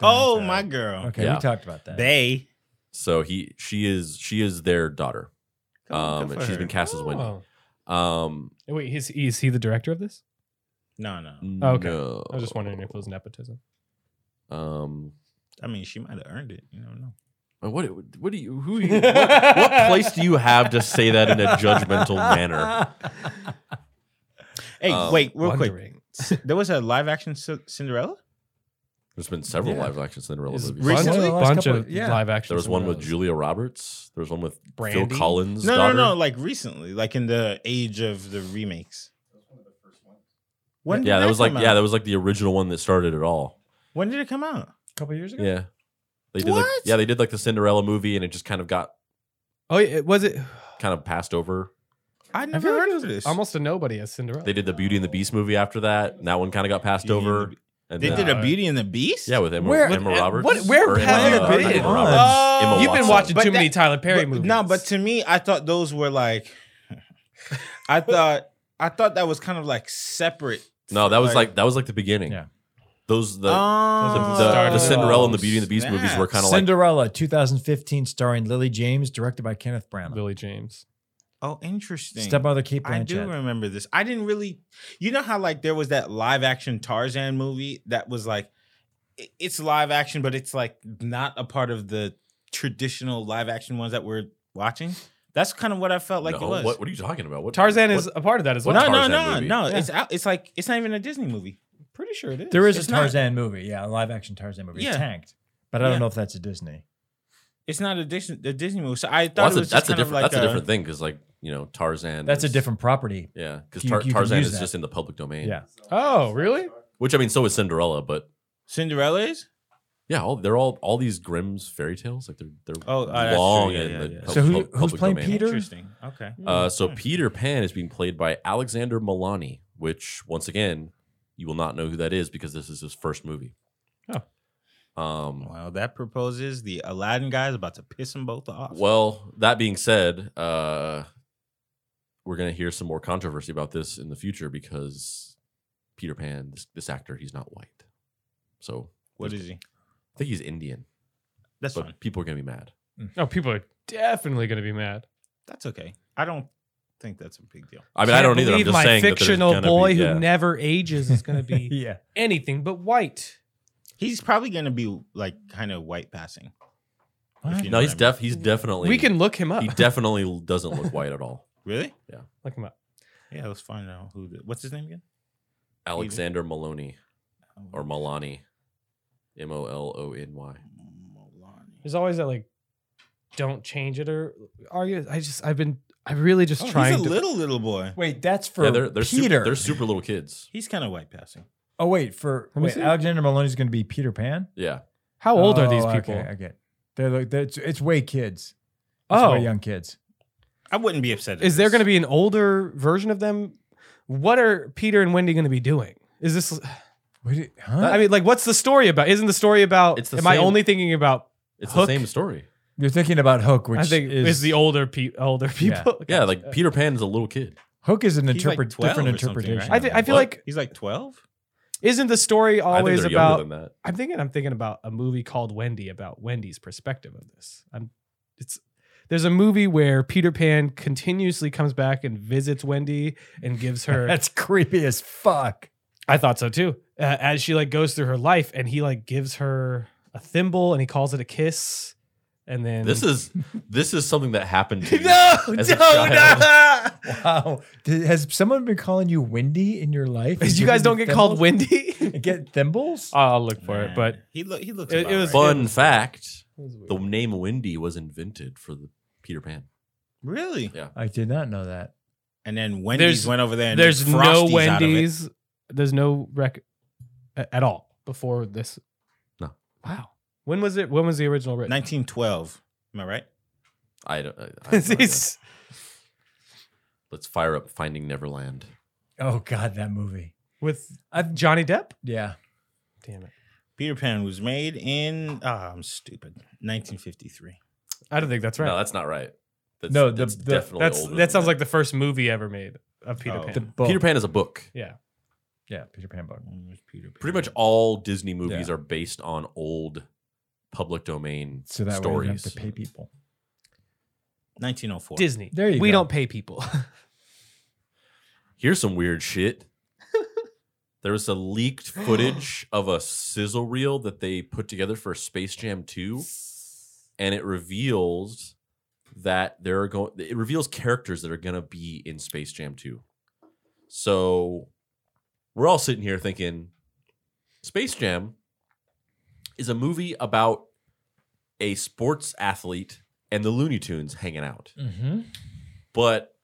D: oh
C: Uh,
D: my girl.
C: Okay,
A: yeah.
C: we talked about that.
D: They.
A: So he she is she is their daughter. Um, and Um, she's been cast as Wendy.
E: oh.
A: Um,
E: Wait, is, is he the director of this?
D: No, no.
A: Mm.
E: Oh, okay.
A: no.
E: I was just wondering if it was nepotism.
A: Um, oh,
D: I mean, she might have earned it. You don't know.
A: what? What do you? Who? you- what, what place do you have to say that in a judgmental manner?
D: Hey,
A: Um,
D: wait, real quick.
E: wondering.
D: C- There was a live action C- Cinderella.
A: There's been several
C: Yeah.
A: live action Cinderella
E: There's a
A: movies.
E: bunch,
D: Recently?
E: a bunch
C: Couple-
E: of
C: yeah.
E: live action.
A: There was one with
E: Cinderellas.
A: Julia Roberts. There was one with
E: Brandy?
A: Phil Collins.
D: No,
A: daughter.
D: no, no. Like recently, like in the age of the remakes. When did
A: Yeah, that was like
D: come
A: yeah,
D: out?
A: that was like the original one that started it all.
D: when did it come out?
C: couple years ago.
A: Yeah, they did. Like,
D: What?
A: yeah, they did like the Cinderella movie, and it just kind of got
E: Oh, yeah, was it?
A: kind of passed over.
D: I
E: I
D: never
E: feel like
D: heard
E: it
D: of
E: was
D: this.
E: almost a nobody as Cinderella.
A: They did the Beauty and the Beast movie after that, and that one kind of got passed
D: Beauty and
A: over.
D: the
A: And
D: they
A: then-
D: did a Beauty and the Beast.
A: yeah with Emma,
C: Where-
A: Emma
E: what-
A: Roberts.
E: what- where
A: Or
E: have
A: Emma-
E: you
A: uh,
E: been?
A: not Emma
C: Oh.
A: Roberts, Emma
E: You've been
A: Watson.
E: watching
D: But
E: too
D: that-
E: many Tyler Perry
D: but,
E: movies.
D: No, but to me, I thought those were like, I thought, I thought that was kind of like separate.
A: No, that was like that was like the beginning.
C: Yeah.
A: Those the the,
D: oh,
A: the, the Cinderella and the
E: Oh,
A: Beauty and the Beast movies were kind of like
C: Cinderella, 2015, starring Lily James, directed by Kenneth Branagh.
E: Billy James.
D: Oh, interesting.
C: Stepmother Kate
D: I do
C: Blanchett.
D: remember this. I didn't really, you know how like there was that live action Tarzan movie that was like, i- it's live action, but it's like not a part of the traditional live action ones that we're watching. That's kind of what I felt like
A: no,
D: it was.
A: what, what are you talking about? What
E: Tarzan
A: what-
E: is a part of that as well.
A: What
D: no, no,
A: Tarzan
D: no,
A: movie?
D: no.
E: Yeah.
D: It's out. It's like it's not even a Disney movie.
E: Pretty sure it is.
C: There is a
D: It's not-
C: Tarzan movie. Yeah, a live action Tarzan movie. It's
D: Yeah.
C: tanked. But I don't
D: Yeah.
C: know if that's a Disney.
D: It's not a Disney, a Disney movie. So I
A: Well,
D: thought it
A: that's
D: was
A: a, that's
D: just
A: a
D: kind of
A: different
D: like
A: that's a different thing because like you know Tarzan.
C: That's a
A: is-
C: different property.
A: Yeah, because
C: You-
A: tar-
C: you can
A: Tarzan
C: use
A: is
C: that.
A: just in the public domain.
C: Yeah.
E: oh, really?
A: which I mean, so is Cinderella, but
D: Cinderella's.
A: yeah, all, they're all all these Grimm's fairy tales. Like they're they're
D: Oh, uh, that's
A: long
D: true. Yeah,
A: in
D: yeah,
A: the
D: yeah.
A: pub-
C: So who-
A: pub-
C: who's
A: public
C: playing
A: domain.
C: Peter?
D: Interesting. Okay.
A: Uh, so Peter Pan is being played by Alexander Milani, which once again you will not know who that is because this is his first movie. Um,
D: Well, that proposes the Aladdin guy is about to piss them both off.
A: Well, that being said, uh, we're gonna hear some more controversy about this in the future because Peter Pan, this, this actor, he's not white, so
D: what is he?
A: I think he's Indian.
D: That's
A: but
D: fine.
A: people are gonna be mad.
E: No, people are definitely going to be mad.
D: That's okay. I don't think that's a big deal.
A: I mean, I
E: Can't
A: don't either. I'm
E: believe
A: just
E: my
A: saying that there's
E: fictional
A: gonna
E: boy
A: be-
E: who
A: yeah.
E: never ages is going to be
C: Yeah.
E: anything but white.
D: He's probably going to be like kind of white passing.
C: What?
D: you
A: no,
D: know what
A: he's
D: I mean.
A: def. He's definitely.
E: We can look him up.
A: He definitely doesn't look white at all.
D: Really?
E: look him up.
D: Yeah, let's find out who. The, what's his name again?
A: Alexander Maloney or Milani, M O L O N Y.
E: There's always that like, don't change it or argue. I just I've been I really just
D: Oh,
E: trying
D: he's a
E: to.
D: little little boy.
C: Wait, that's for
A: Yeah, they're they're super,
C: Peter.
A: they're super little kids.
D: He's kind of white passing.
C: oh wait, for
E: Let me
C: wait,
E: see.
C: Alexander Maloney's going to be Peter Pan.
A: Yeah,
E: How old are these
C: Oh,
E: people?
C: Okay, I get. They're like they're, it's, it's way kids. It's
E: oh,
C: way young kids.
D: I wouldn't be upset.
E: is there going to be an older version of them? What are Peter and Wendy going to be doing? Is this?
C: Wait, it- huh?
E: I mean, like, what's the story about? Isn't the story about?
A: It's the
E: am I
A: same-
E: only thinking about?
A: it's
E: Hook.
A: the same story.
C: You're thinking about Hook, which
E: I think
C: is,
E: is, the older pe- older people.
A: Yeah, like Peter Pan is a little kid.
C: Hook is an
D: He's like
C: interpret
D: 12
C: different
D: or something, right?
C: interpretation.
E: I, thi- I feel
A: What?
E: like
D: He's like twelve.
E: isn't the story
A: I think
E: always
A: they're
E: about?
A: younger than that.
E: I'm thinking I'm thinking about a movie called Wendy about Wendy's perspective of this. I'm it's there's a movie where Peter Pan continuously comes back and visits Wendy and gives her
C: That's creepy as fuck.
E: I thought so too. Uh, as she like goes through her life and he like gives her a thimble and he calls it a kiss and then
A: This is this is something that happened. To you
C: No,
A: as a child.
C: Wow, Did- has someone been calling you Wendy in your life?
E: you guys don't get called
C: Wendy. Uh,
E: Wendy.
C: Get thimbles?
E: I'll look for it, but
D: he look he looks.
E: It-
D: about
E: it was-
D: right.
A: Fun fact: the name Wendy was invented for the Peter Pan.
D: really.
C: I did not know that.
D: And then Wendy's
E: There's-
D: went over there. And
E: there's no
D: Wendy's.
E: Wendy's. There's no record at all before this.
A: No.
E: Wow. When was it? When was the original written?
D: 1912. Am I right?
A: I don't. I, I have no idea.
E: It's-
A: Let's fire up Finding Neverland.
C: Oh God, that movie.
E: with uh, Johnny Depp.
C: Yeah,
E: Damn it.
D: Peter Pan was made in. Oh, I'm stupid. 1953.
E: I don't think that's right.
A: No, that's not right. That's,
C: No, the-
A: that's
C: the-
A: definitely
E: that's
A: older than
E: that sounds like the first movie ever made of Peter
D: Oh.
E: Pan.
C: the book.
A: Peter Pan is a book.
E: yeah.
C: Yeah, Peter Pan book.
D: When was Peter Pan?
A: Pretty much all Disney movies are based on old public domain
C: So that way you don't
A: stories.
C: have to pay people.
D: 1904.
E: Disney.
C: There you
E: we
C: go.
E: don't pay people.
A: Here's some weird shit. there was a leaked footage of a sizzle reel that they put together for Space Jam 2, and it reveals that there are going. It reveals characters that are gonna be in Space Jam 2. So we're all sitting here thinking, Space Jam is a movie about a sports athlete and the Looney Tunes hanging out
C: Mm-hmm.
A: but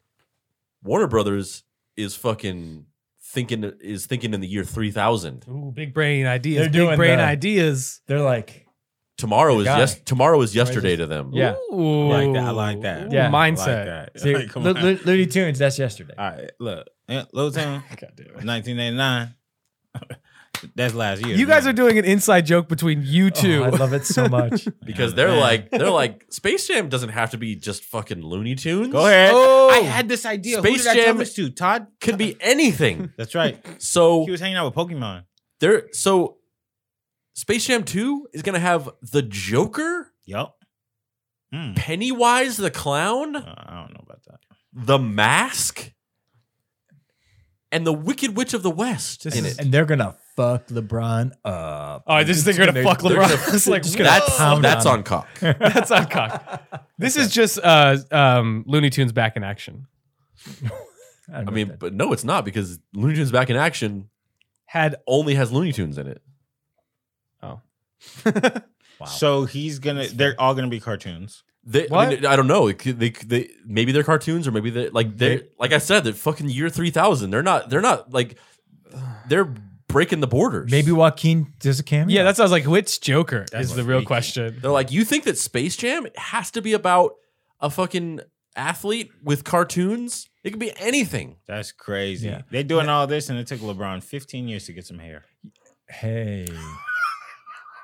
A: Warner Brothers is fucking thinking is thinking in the year 3000.
E: Ooh, big brain ideas.
C: They're
E: big
C: doing
E: brain
C: the-
E: ideas.
C: They're like,
A: Tomorrow is
C: guy.
A: yes tomorrow is
C: Tomorrow's
A: yesterday
C: just-
A: to them.
C: Yeah.
E: Ooh.
D: I like that. I like that.
E: Ooh,
C: Yeah. I
D: I like
E: Mindset.
D: that.
C: see,
D: Like, come
C: Lo-
D: on. Ah,
C: Lo- Looney Tunes. That's yesterday.
D: All right, look, Eh, Little Town,
E: God damn it.
D: 1989. That's last year.
E: You guys are doing an inside joke between you
C: Oh,
E: two.
C: I love it so much.
A: Because they're like they're like Space Jam doesn't have to be just fucking Looney Tunes.
D: Go ahead.
E: Oh.
D: I had this idea.
A: Space
D: Who did I tell
A: Jam-
D: this to? Todd.
A: Could be anything.
D: That's right.
A: So
D: He was hanging out with Pokemon.
A: there so Space Jam 2 is gonna have the Joker,
D: Yup. Hmm.
A: Pennywise the Clown,
D: Uh, I don't know about that.
A: the Mask, and the Wicked Witch of the West
E: This
A: in
E: is-
A: it.
C: and they're gonna fuck LeBron up.
E: Oh, this is they're gonna fuck LeBron. It's like
C: just
E: what?
A: That's
C: pound
A: that's
C: on
A: on cock.
E: That's on cock. This is just uh, um, Looney Tunes back in action.
A: I mean, but no, it's not because Looney Tunes Back in Action
E: Had
A: only has Looney Tunes in it.
C: Wow.
D: So he's gonna. They're all gonna be cartoons.
A: They, I, mean, I don't know. It could- They, they, maybe they're cartoons or maybe they like they like I said, they're fucking year three thousand. They're not. They're not like they're breaking the borders.
C: maybe Joaquin does a cameo.
E: yeah, that sounds like which Joker
D: That's
E: is the real
D: freaky.
E: question.
A: they're like you think that Space Jam has to be about a fucking athlete with cartoons. It could be anything.
D: That's crazy.
C: Yeah.
D: They're doing all this, and it took LeBron 15 years to get some hair.
C: hey,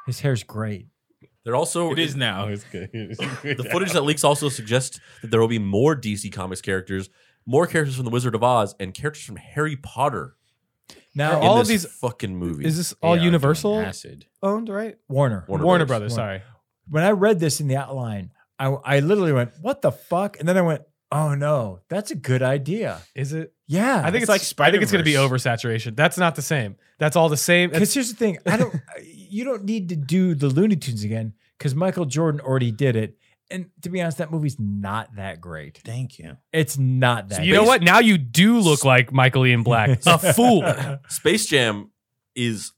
C: his hair's great.
A: They're also
D: now. It's good.
A: The footage that leaks also suggests that there will be more DC Comics characters, more characters from The Wizard of Oz, and characters from Harry Potter.
E: Are
C: Now
A: in
E: all of
A: this
E: these-
A: fucking movies.
E: Is this all
D: They are
E: Universal
D: doing Acid.
E: owned, right?
C: Warner.
A: Warner
E: Warner,
A: Brothers.
E: Brothers.
C: When I read this in the outline, I I literally went, "What the fuck?" And then I went, "Oh no, that's a good idea."
E: Sorry, is it?
C: Yeah,
E: I think
D: It's
E: it's,
D: Ah, like
E: I think it's going to be
D: Spider-Verse.
E: oversaturation. That's not the same. That's all the same. That's-
C: Because here's the thing, I don't. you don't need to do the Looney Tunes again because Michael Jordan already did it. And to be honest, that movie's not that great.
D: Thank you.
C: It's not that.
E: you know what? Now you do look like Michael Ian Black, a fool.
A: Space Jam is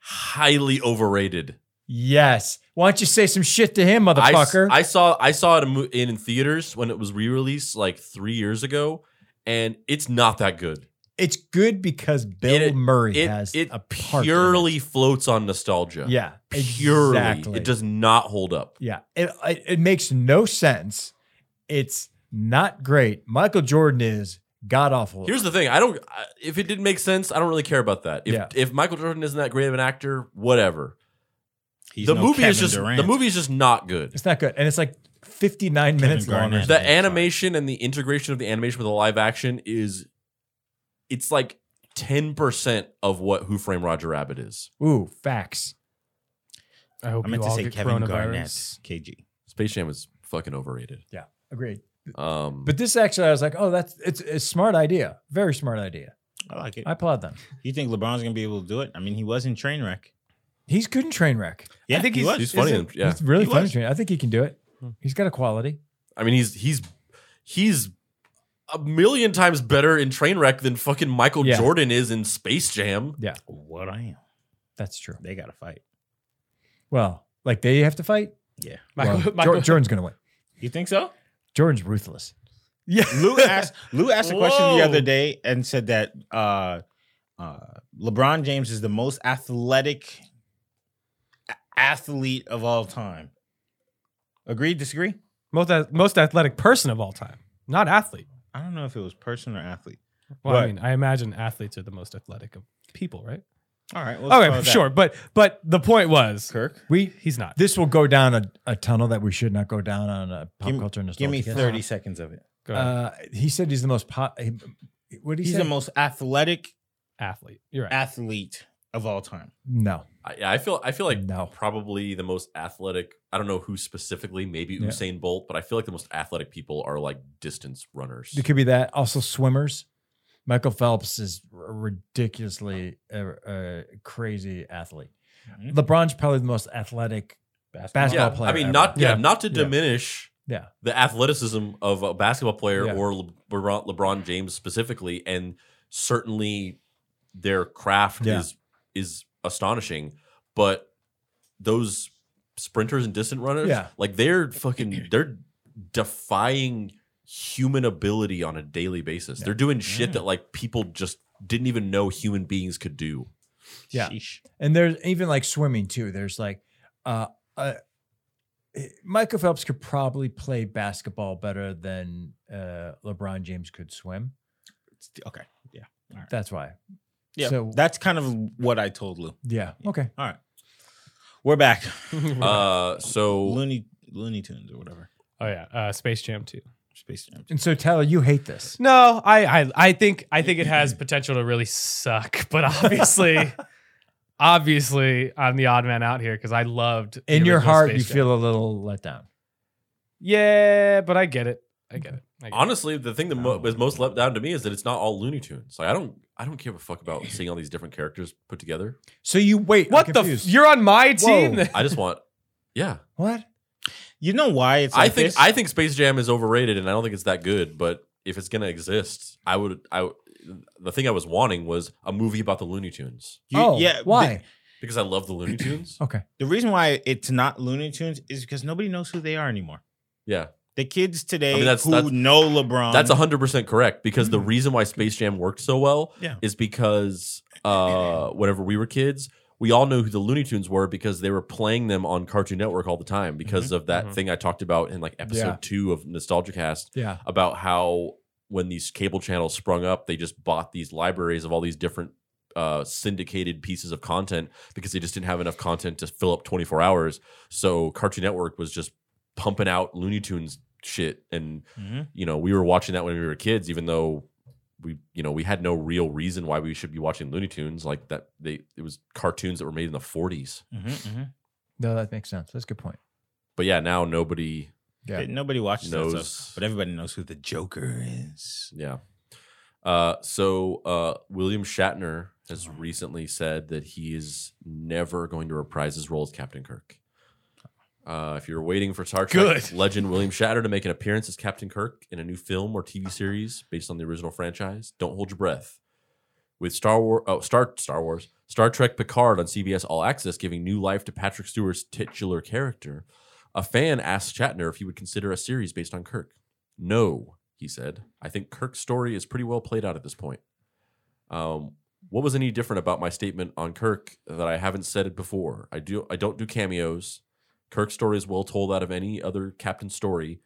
A: highly overrated.
C: Yes. Why don't you say some shit to him,
A: I, s-
C: motherfucker?
A: I saw I saw it a mo- in, in theaters when it was re released like three years ago, and it's not that good.
C: it's good because Bill
A: It-
C: Murray
A: It
C: has
A: it
C: a part in it.
A: purely floats on nostalgia.
C: yeah,
A: purely.
C: exactly.
A: It does not hold up.
C: Yeah, it, it it makes no sense. It's not great. Michael Jordan is god awful.
A: Here's the thing: I don't. I- If it didn't make sense, I don't really care about that. If
C: Yeah.
A: if Michael Jordan isn't that great of an actor, whatever.
D: He's
A: the
D: no
A: movie is
D: Kevin
A: just
D: Durant.
A: the movie is just not good.
C: it's not good, and it's like fifty nine minutes long. or
D: Garnett.
C: something.
A: The
D: sorry.
A: animation and the integration of the animation with the live action is, it's like ten percent of what Who Framed Roger Rabbit is.
C: Ooh, facts.
E: I hope
D: I meant
E: you
D: to
E: all
D: say
E: get
D: Kevin Garnett.
E: coronavirus.
D: KG.
A: Space Jam is fucking overrated.
C: Yeah, agreed.
A: Um,
C: But this actually, I was like, oh, that's it's a smart idea. Very smart idea.
D: I like it.
C: I applaud them.
D: you think LeBron's gonna be able to do it? I mean, he was in Trainwreck.
C: He's good in train wreck.
D: Yeah,
E: think
D: he
E: he's-
D: was.
A: he's funny.
E: Isn't-
A: and- yeah,
C: He's really
D: he
C: funny.
D: was.
C: Train. I think he can do it. He's got a quality.
A: I mean he's he's he's a million times better in Trainwreck than fucking Michael
C: Yeah.
A: Jordan is in Space Jam.
D: What I am.
C: That's true.
D: They gotta fight.
C: Well, like they have to fight.
D: Yeah.
E: Michael,
C: well, Jor-
E: Michael,
C: Jordan's gonna win.
D: You think so?
C: Jordan's ruthless.
E: yeah.
D: Lou asked Lou asked a question the
E: Whoa.
D: other day and said that uh, uh, LeBron James is the most athletic a- athlete of all time. Agree? Disagree?
E: most ath- most athletic person of all time, not athlete.
D: I don't know if it was person or athlete.
E: Well,
D: Right.
E: I mean, I imagine athletes are the most athletic of people, right?
D: All right.
E: Okay, sure, but but the point was,
D: Kirk,
C: We
E: he's not.
C: this will go down a, a tunnel that we should not go down on a pop
D: Give me-
C: culture nostalgia.
D: give me
C: cast.
D: thirty seconds of it.
E: Go ahead.
C: Uh, he said he's the most pop. What did he
D: He's
C: say?
D: the most athletic
E: athlete, you're right.
D: athlete of all time.
C: no,
A: I, yeah, I feel I feel like
C: No.
A: probably the most athletic. I don't know who specifically, maybe
C: Yeah.
A: Usain Bolt, but I feel like the most athletic people are like distance runners.
C: it could be that. Also, swimmers. Michael Phelps is r- ridiculously a, a crazy athlete.
A: Mm-hmm.
D: Mhm.
C: LeBron's probably the most athletic basketball
A: yeah,
C: player.
A: I mean,
C: ever.
A: not yeah,
E: Yeah.
A: not to
C: Yeah.
A: diminish
C: Yeah.
A: the athleticism of a basketball player
C: Yeah.
A: or LeBron, LeBron James specifically, and certainly their craft
D: Yeah.
A: is is astonishing. But those sprinters and distant runners,
C: Yeah.
A: like they're fucking they're defying human ability on a daily basis. They're doing shit that like people just didn't even know human beings could do.
C: Yeah.
D: Sheesh.
C: And there's even like swimming too. There's like, uh, uh, Michael Phelps could probably play basketball better than uh, LeBron James could swim.
D: Okay.
C: That's why.
D: Yeah.
C: So-
D: that's kind of what I told Lou.
C: Yeah. Okay.
D: All right. We're back.
A: Uh, so
D: Looney Looney Tunes or whatever.
E: oh yeah, uh, Space Jam Two.
D: Space Jam.
C: And so Tyler, you hate this.
E: No, I, I I think I think it has potential to really suck, but obviously, obviously, I'm the odd man out here because I loved the
C: In your
E: original
C: heart,
E: Space
C: you
E: Jam.
C: feel a little let down.
E: yeah, but I get it. I get it. I get it.
A: honestly, the thing that mo- was most let down to me is that it's not all Looney Tunes. Like I don't, I don't give a fuck about seeing all these different characters put together.
C: So you wait. I'm
E: What the? F-
C: confused.
E: you're on my team.
C: Whoa.
A: I just want, yeah.
C: what?
D: You know why it's
A: I
D: like
A: think
D: this?
A: I think Space Jam is overrated, and I don't think it's that good. But if it's gonna exist, I would. I would- the thing I was wanting was a movie about the Looney Tunes
D: You-
C: oh,
D: yeah, the-
C: Why?
A: because I love the Looney Tunes.
C: okay.
D: the reason why it's not Looney Tunes is because nobody knows who they are anymore.
A: Yeah,
D: The kids today
A: I mean, that's-
D: who
A: that's-
D: know LeBron.
A: that's hundred percent correct. Because the reason why Space Jam worked so well
D: Yeah.
A: is because uh, whenever we were kids. We all know who the Looney Tunes were because they were playing them on Cartoon Network all the time because of that
E: Mhm.
A: thing I talked about in like episode
C: Yeah.
A: two of Nostalgia Cast
C: Yeah.
A: about how when these cable channels sprung up, they just bought these libraries of all these different uh, syndicated pieces of content because they just didn't have enough content to fill up 24 hours. So Cartoon Network was just pumping out Looney Tunes shit, and
D: Mhm.
A: you know we were watching that when we were kids, even though we you know we had no real reason why we should be watching Looney Tunes like that. They it was cartoons that were made in the 40s,
D: Mhm, mhm.
C: No, that makes sense. That's a good point.
A: but yeah, now nobody
C: Yeah.
D: Hey, Nobody watches
A: knows.
D: that stuff, but everybody knows who the Joker is.
A: Yeah. Uh, so uh, William Shatner has recently said that he is never going to reprise his role as Captain Kirk. Uh, if you're waiting for Star Trek
E: Good.
A: legend William Shatner to make an appearance as Captain Kirk in a new film or TV series based on the original franchise, don't hold your breath. With Star War, oh, Star Star Wars, Star Trek Picard on CBS All Access giving new life to Patrick Stewart's titular character, a fan asked Shatner if he would consider a series based on Kirk. No, he said. I think Kirk's story is pretty well played out at this point. Um, what was any different about my statement on Kirk that I haven't said it before? I do. I don't do cameos. Kirk's story is well told out of any other captain's story,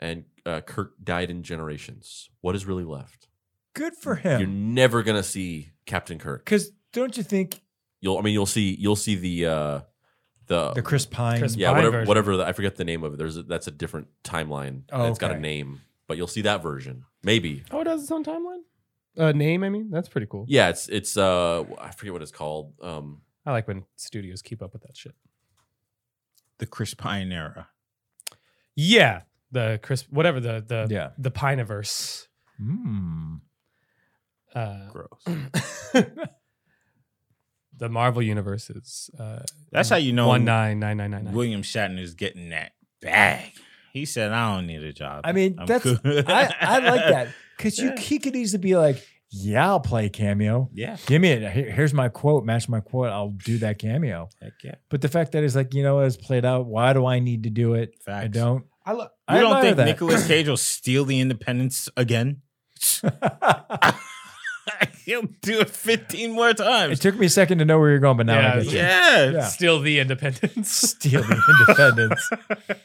A: and uh, Kirk died in generations. What is really left?
C: Good for
A: You're
C: him.
A: never gonna see Captain Kirk.
C: Because don't you think
A: You'll. I mean, you'll see. You'll see the uh, the,
C: the Chris Pine?
E: Chris-
A: yeah
E: Vine
A: whatever
E: version.
A: whatever the, I forget the name of it. There's a, that's a different timeline.
C: Oh,
A: it's got a
C: okay.
A: name, but you'll see that version maybe.
E: oh, it does its own timeline. Uh, name, I mean, that's pretty cool.
A: Yeah, it's it's uh I forget what it's called. Um
E: I like when studios keep up with that shit.
D: The Chris Pine era.
E: Yeah, the crisp, whatever the the
C: Yeah.
E: the Pineverse.
C: Mm.
E: Uh,
D: Gross.
E: the Marvel universe is uh,
D: That's how you know
E: one nine nine nine nine nine.
D: William Shatner is getting that bag. He said, "I don't need a job."
C: I mean,
D: I'm
C: that's
D: cool."
C: I, I like that because you he could easily be like, yeah, I'll play cameo.
D: Yeah.
C: Give me it. Here- here's my quote. Match my quote. I'll do that cameo.
D: Heck yeah.
C: But the fact that it's like you know it's played out. Why do I need to do it? I
D: Facts.
C: don't.
E: I love.
D: You
C: I
D: don't
C: admire
D: think
C: that.
D: Nicolas Cage will steal the Independence again? He'll do it 15 more
C: It
D: times.
C: took me a second to know where you're going, but now
E: Yeah,
C: I get
E: it's-
C: you.
D: Yeah.
C: Yeah.
E: Still the Independence.
C: Steal the independence.
D: Yeah.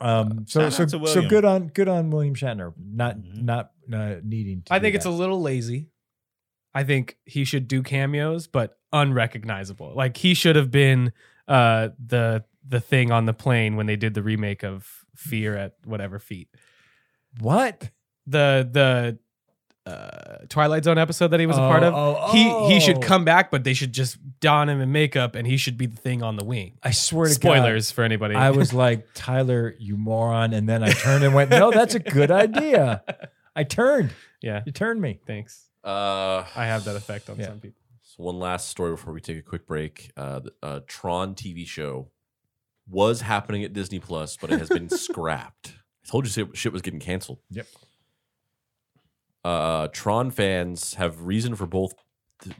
C: Um, so
D: Shout
C: so,
D: out to
C: so
D: William.
C: good on good on William Shatner not
A: Mm-hmm.
D: Mhm.
C: not uh, needing. To
E: I
C: do
E: think it's a
C: that.
E: little lazy. I think he should do cameos, but unrecognizable. Like he should have been uh, the the thing on the plane when they did the remake of Fear at whatever feet.
C: what
E: The the uh, Twilight Zone episode that he was a part
C: Oh,
E: of.
C: oh,
E: He he
C: oh.
E: should come back, but they should just don him in makeup, and he should be the thing on the wing.
C: I swear to
E: Spoilers for anybody.
C: God, I was like Tyler, you moron, and then I turned and went, no, that's a good idea. I turned.
E: Yeah.
C: You turned me.
E: Thanks.
A: Uh,
E: I have that effect on
C: Yeah.
E: some people.
A: So one last story before we take a quick break. Uh, the uh, Tron TV show was happening at Disney Plus, but it has been scrapped. I told you shit- shit was getting canceled.
C: Yep.
A: Uh, Tron fans have reason for both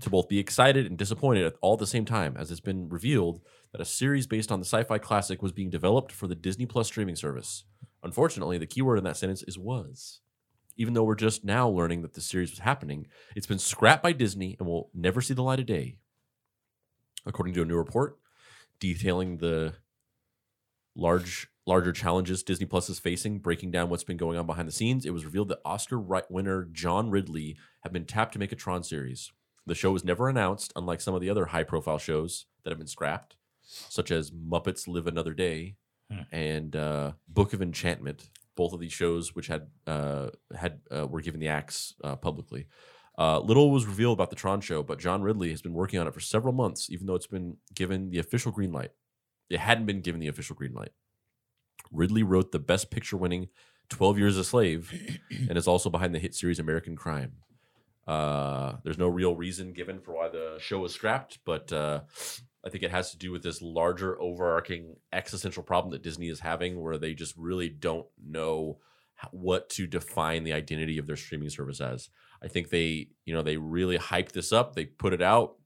A: to both be excited and disappointed at all at the same time, as it's been revealed that a series based on the sci-fi classic was being developed for the Disney Plus streaming service. Unfortunately, the keyword in that sentence is was. Even though we're just now learning that the series was happening, it's been scrapped by Disney and will never see the light of day. According to a new report detailing the large larger challenges Disney Plus is facing, breaking down what's been going on behind the scenes, it was revealed that Oscar ri- winner John Ridley had been tapped to make a Tron series. The show was never announced, unlike some of the other high-profile shows that have been scrapped, such as Muppets Live Another Day
D: Hmm.
A: and uh, Book of Enchantment. Both of these shows, which had uh, had uh, were given the axe uh, publicly. Uh, little was revealed about the Tron show, but John Ridley has been working on it for several months, even though it's been given the official green light. It hadn't been given the official green light. Ridley wrote the best picture winning 12 Years a Slave and is also behind the hit series American Crime. Uh, there's no real reason given for why the show was scrapped, but uh, I think it has to do with this larger overarching existential problem that Disney is having where they just really don't know h- what to define the identity of their streaming service as. I think they, you know, they really hyped this up. They put it out.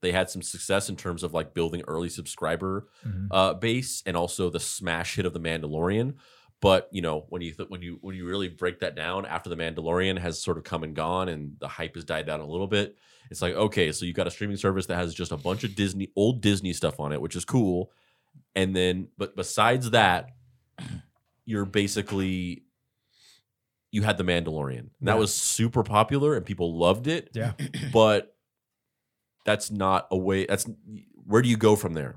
A: They had some success in terms of like building early subscriber
C: Mhm.
A: uh, base and also the smash hit of the Mandalorian. But you know when you th- when you when you really break that down after the Mandalorian has sort of come and gone and the hype has died down a little bit, it's like okay, so you got a streaming service that has just a bunch of Disney old Disney stuff on it, which is cool. And then, but besides that, you're basically you had the Mandalorian that was super popular and people loved it.
C: Yeah.
A: but that's not a way. That's where do you go from there?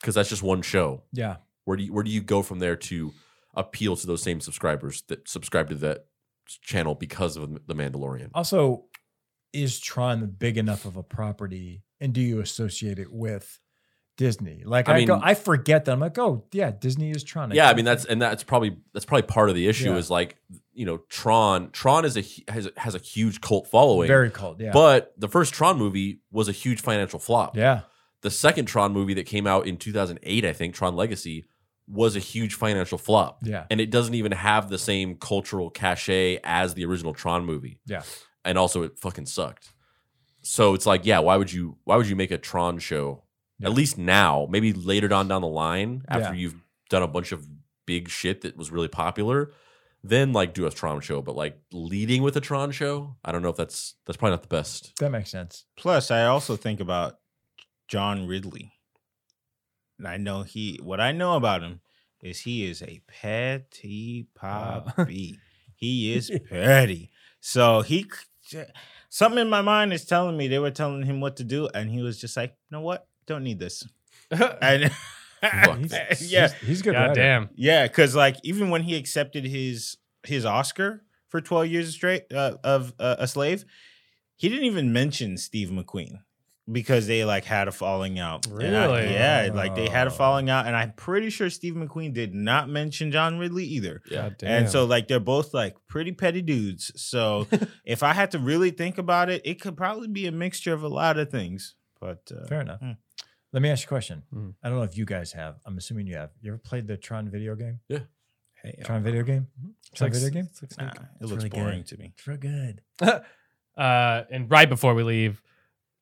A: Because that's just one show
C: Yeah.
A: where do you, where do you go from there to appeal to those same subscribers that subscribe to that channel because of the Mandalorian?
C: Also, is Tron big enough of a property, and do you associate it with Disney? Like
A: I
C: I,
A: mean-
C: go, I forget that I'm like, oh yeah, Disney is Tron.
A: yeah, I mean that's and that's probably that's probably part of the issue
C: Yeah.
A: is like you know Tron Tron is a hu- has a- has a huge cult following,
C: very cold. Yeah,
A: but the first Tron movie was a huge financial flop.
C: yeah,
A: The second Tron movie that came out in 2008, I think Tron Legacy, was a huge financial flop.
C: yeah,
A: and it doesn't even have the same cultural cachet as the original Tron movie.
C: Yeah.
A: And also it fucking sucked. So it's like, yeah, why would you why would you make a Tron show?
C: Yeah.
A: At least now, maybe later on down the line after
C: Yeah.
A: you've done a bunch of big shit that was really popular, then like do a Tron show, but like leading with a Tron show, I don't know if that's that's probably not the best.
C: that makes sense.
D: Plus, I also think about John Ridley. And I know he what I know about him is he is a petty
E: Wow.
D: poppy. he is petty. So he c- something in my mind is telling me they were telling him what to do, and he was just like, you know what? Don't need this. And
C: He's-
D: yeah,
C: he's, he's a good.
E: God
C: writer.
E: damn.
D: yeah, because like even when he accepted his his Oscar for twelve years straight uh, of uh, a slave, he didn't even mention Steve McQueen because they like had a falling out. And I-
E: Really?
D: yeah, like they had a
C: Oh.
D: falling out, and I'm pretty sure Steve McQueen did not mention John Ridley either.
A: Yeah.
E: God
D: And so like they're both like pretty petty dudes. So if I had to really think about it, it could probably be a mixture of a lot of things. But uh,
C: Fair enough.
D: Hmm.
C: Let me ask you a question.
A: Hmm.
E: Mm.
C: I don't know if you guys have. I'm assuming you have. You ever played the Tron video game?
D: hey,
C: Tron video game?
E: It's
C: Tron
E: like-
C: video game?
E: it's like
D: nah,
E: Snake
D: it looks
C: really good.
D: boring to me.
C: It's real good.
E: uh, and right before we leave,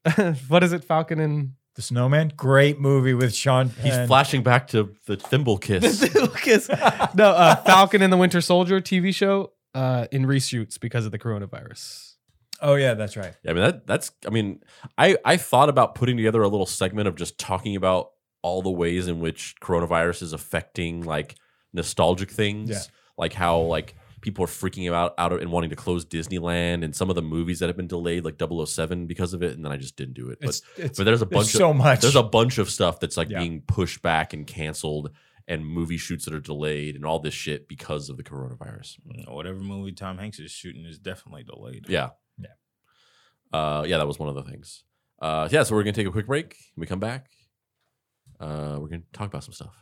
E: what is it, Falcon and
C: The Snowman, great movie with Sean
A: He's
C: Penn.
A: flashing back to the thimble kiss.
E: Lucas? no, uh, Falcon and the Winter Soldier TV show uh, in reshoots because of the coronavirus.
C: Oh yeah, that's right.
A: Yeah, I mean that that's I mean, I I thought about putting together a little segment of just talking about all the ways in which coronavirus is affecting like nostalgic things,
C: Yeah.
A: like how like people are freaking out out of, and wanting to close Disneyland and some of the movies that have been delayed like 007 because of it and then I just didn't do it. But
C: It's it's
A: but there's a
C: there's
A: bunch of
C: so much.
A: there's a bunch of stuff that's like
C: Yeah.
A: being pushed back and canceled and movie shoots that are delayed and all this shit because of the coronavirus.
D: Mm, Whatever movie Tom Hanks is shooting is definitely delayed.
A: Yeah.
C: Yeah.
A: Uh, yeah, that was one of the things. Uh, yeah, so we're going to take a quick break. When we come back, uh, we're going to talk about some stuff.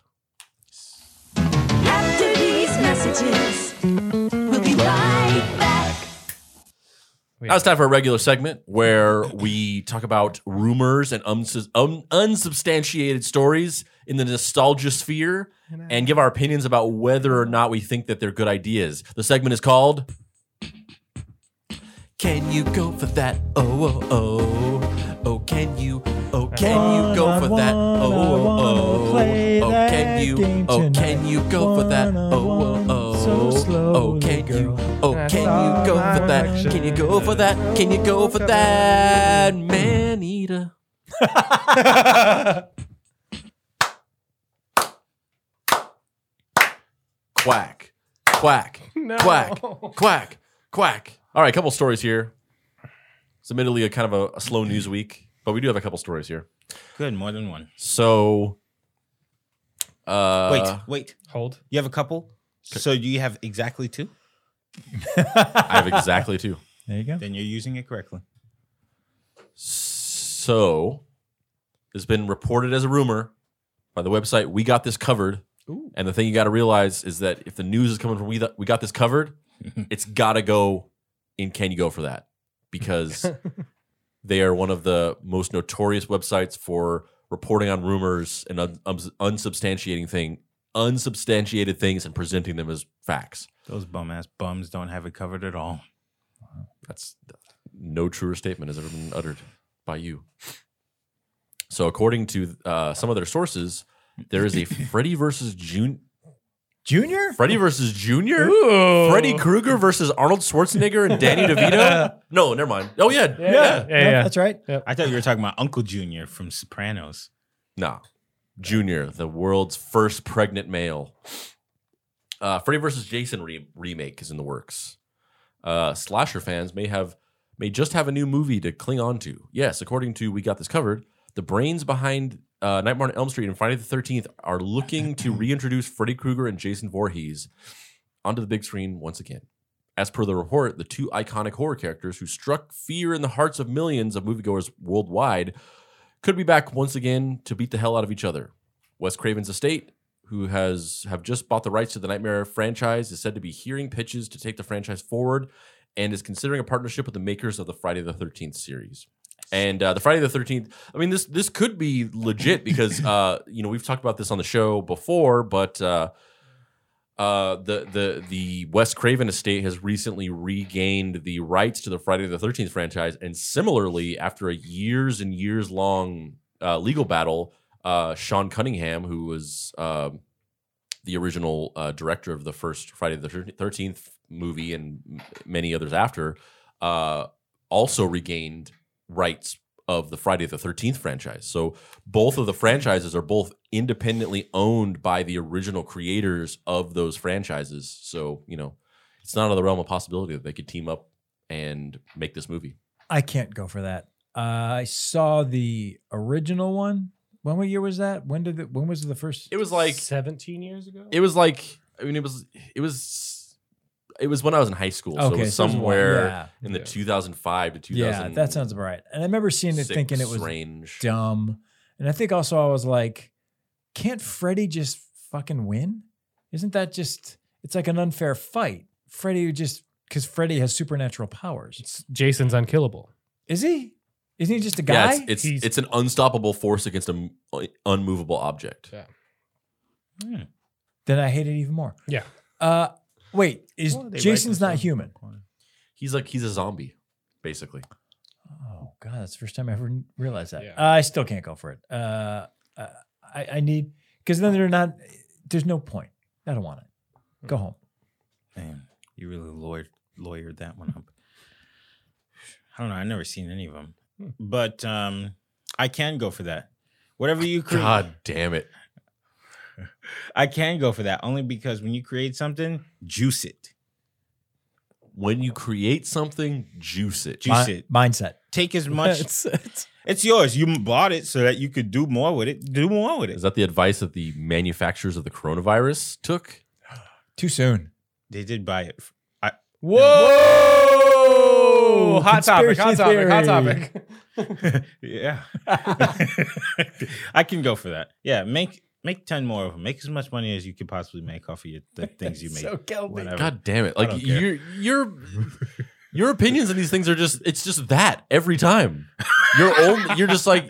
F: After these messages, we'll be right back.
E: We
A: Now it's
E: have-
A: time for a regular segment where we talk about rumors and unsus- un- unsubstantiated stories in the nostalgia sphere and give our opinions about whether or not we think that they're good ideas. The segment is called Can you go for that? Oh, oh, oh. Oh, can you? Oh, can you go for that? Oh, oh, oh. Oh, can you? Oh, can you go for that? Oh, oh, oh. Oh, can you? Oh, can you go for that? Can you go for that? Can you go for that? Man eater. Quack, quack,
E: No.
A: quack, quack, quack. All right, a couple stories here. It's admittedly a kind of a, a slow news week, but we do have a couple stories here.
D: Good, more than one.
A: So, uh,
D: Wait, wait.
E: Hold.
D: You have a couple? So do you have exactly two?
A: I have exactly two.
C: There you go.
D: Then you're using it correctly.
A: So, it's been reported as a rumor by the website We Got This Covered. And the thing you got to realize is that if the news is coming from We, Th- we Got This Covered, it's got to go in Can You Go For That? Because they are one of the most notorious websites for reporting on rumors and un- uns- unsubstantiating thing, unsubstantiated things and presenting them as facts.
D: Those bum ass bums don't have it covered at all.
A: That's no truer statement has ever been uttered by you. So, according to uh, some of their sources, there is a Freddy versus Jun-
C: Junior?
A: Freddy versus Junior,
E: Ooh.
A: Freddy Krueger versus Arnold Schwarzenegger and Danny DeVito. No, never mind. Oh yeah,
E: Yeah. Yeah.
C: No,
E: yeah.
C: That's right.
D: I thought you were talking about Uncle Junior from Sopranos.
A: Nah. Junior, the world's first pregnant male. Uh, Freddy versus Jason re- remake is in the works. Uh, slasher fans may have may just have a new movie to cling on to. Yes, according to We Got This Covered, the brains behind uh, Nightmare on Elm Street and Friday the Thirteenth are looking to reintroduce Freddy Krueger and Jason Voorhees onto the big screen once again. As per the report, the two iconic horror characters who struck fear in the hearts of millions of moviegoers worldwide could be back once again to beat the hell out of each other. Wes Craven's estate, who has have just bought the rights to the Nightmare franchise, is said to be hearing pitches to take the franchise forward, and is considering a partnership with the makers of the Friday the Thirteenth series. And uh, the Friday the Thirteenth, I mean this this could be legit because uh, you know we've talked about this on the show before, but uh, uh, the the the Wes Craven estate has recently regained the rights to the Friday the Thirteenth franchise, and similarly, after a years and years long uh, legal battle, uh, Sean Cunningham, who was um the original uh, director of the first Friday the Thirteenth movie and m- many others after, uh, also regained rights of the Friday the Thirteenth franchise. So both of the franchises are both independently owned by the original creators of those franchises. So, you know, it's not out of the realm of possibility that they could team up and make this movie.
C: I can't go for that. Uh, I saw the original one. When what year was that? When did the, when was the first?
A: It was like
E: 17 years ago.
A: it was like I mean it was it was it was when I was in high school. so it was
C: so it was one-
A: somewhere
C: yeah.
A: in the
E: Yeah.
A: 2005 to 2000
C: Yeah, that sounds about right. And I remember seeing it thinking it was
A: range.
C: dumb. And I think also I was like, can't Freddy just fucking win? Isn't that just, it's like an unfair fight. Freddy would just, because Freddy has supernatural powers.
E: It's- Jason's unkillable.
C: Is he? Isn't he just a
A: Yeah,
C: guy?
A: it's it's,
E: He's-
A: it's an unstoppable force against an unmovable object.
C: then I hate it even more.
E: Yeah.
C: Uh, wait, is
D: Well, they write
C: Jason's
D: this
C: not
D: on-
C: human?
A: He's like he's a zombie basically.
C: Oh God, that's the first time I ever realized that.
E: Yeah.
C: Uh, I still can't go for it. Uh, uh, I, I need because then they're not. There's no point. I don't want it.
A: Hmm.
C: Go home.
D: Man, you really lawyered, lawyered that one up. I don't know. I've never seen any of them, but um, I can go for that. Whatever you create,
A: God damn it.
D: I can go for that only because when you create something, juice it,
A: when you create something, juice it.
D: juice
C: Mi-
D: it.
C: mindset.
D: Take as much. it's,
B: It's- it's-
D: yours. You bought it so that you could do more with it. Do more with
A: Is
D: it.
A: that the advice that the manufacturers of the coronavirus took?
C: Too soon.
D: They did buy it.
E: Whoa! Hot topic, hot topic,
C: Conspiracy
E: hot
C: theory.
E: topic.
D: yeah. I can go for that. Yeah, make make 10 more of them. Make as much money as you could possibly make off of your, the things you make.
C: So guilty.
D: Whatever.
A: God damn it! Like
D: don't care.
A: you're you're Your opinions on these things are just it's just that every time. You're only you're just like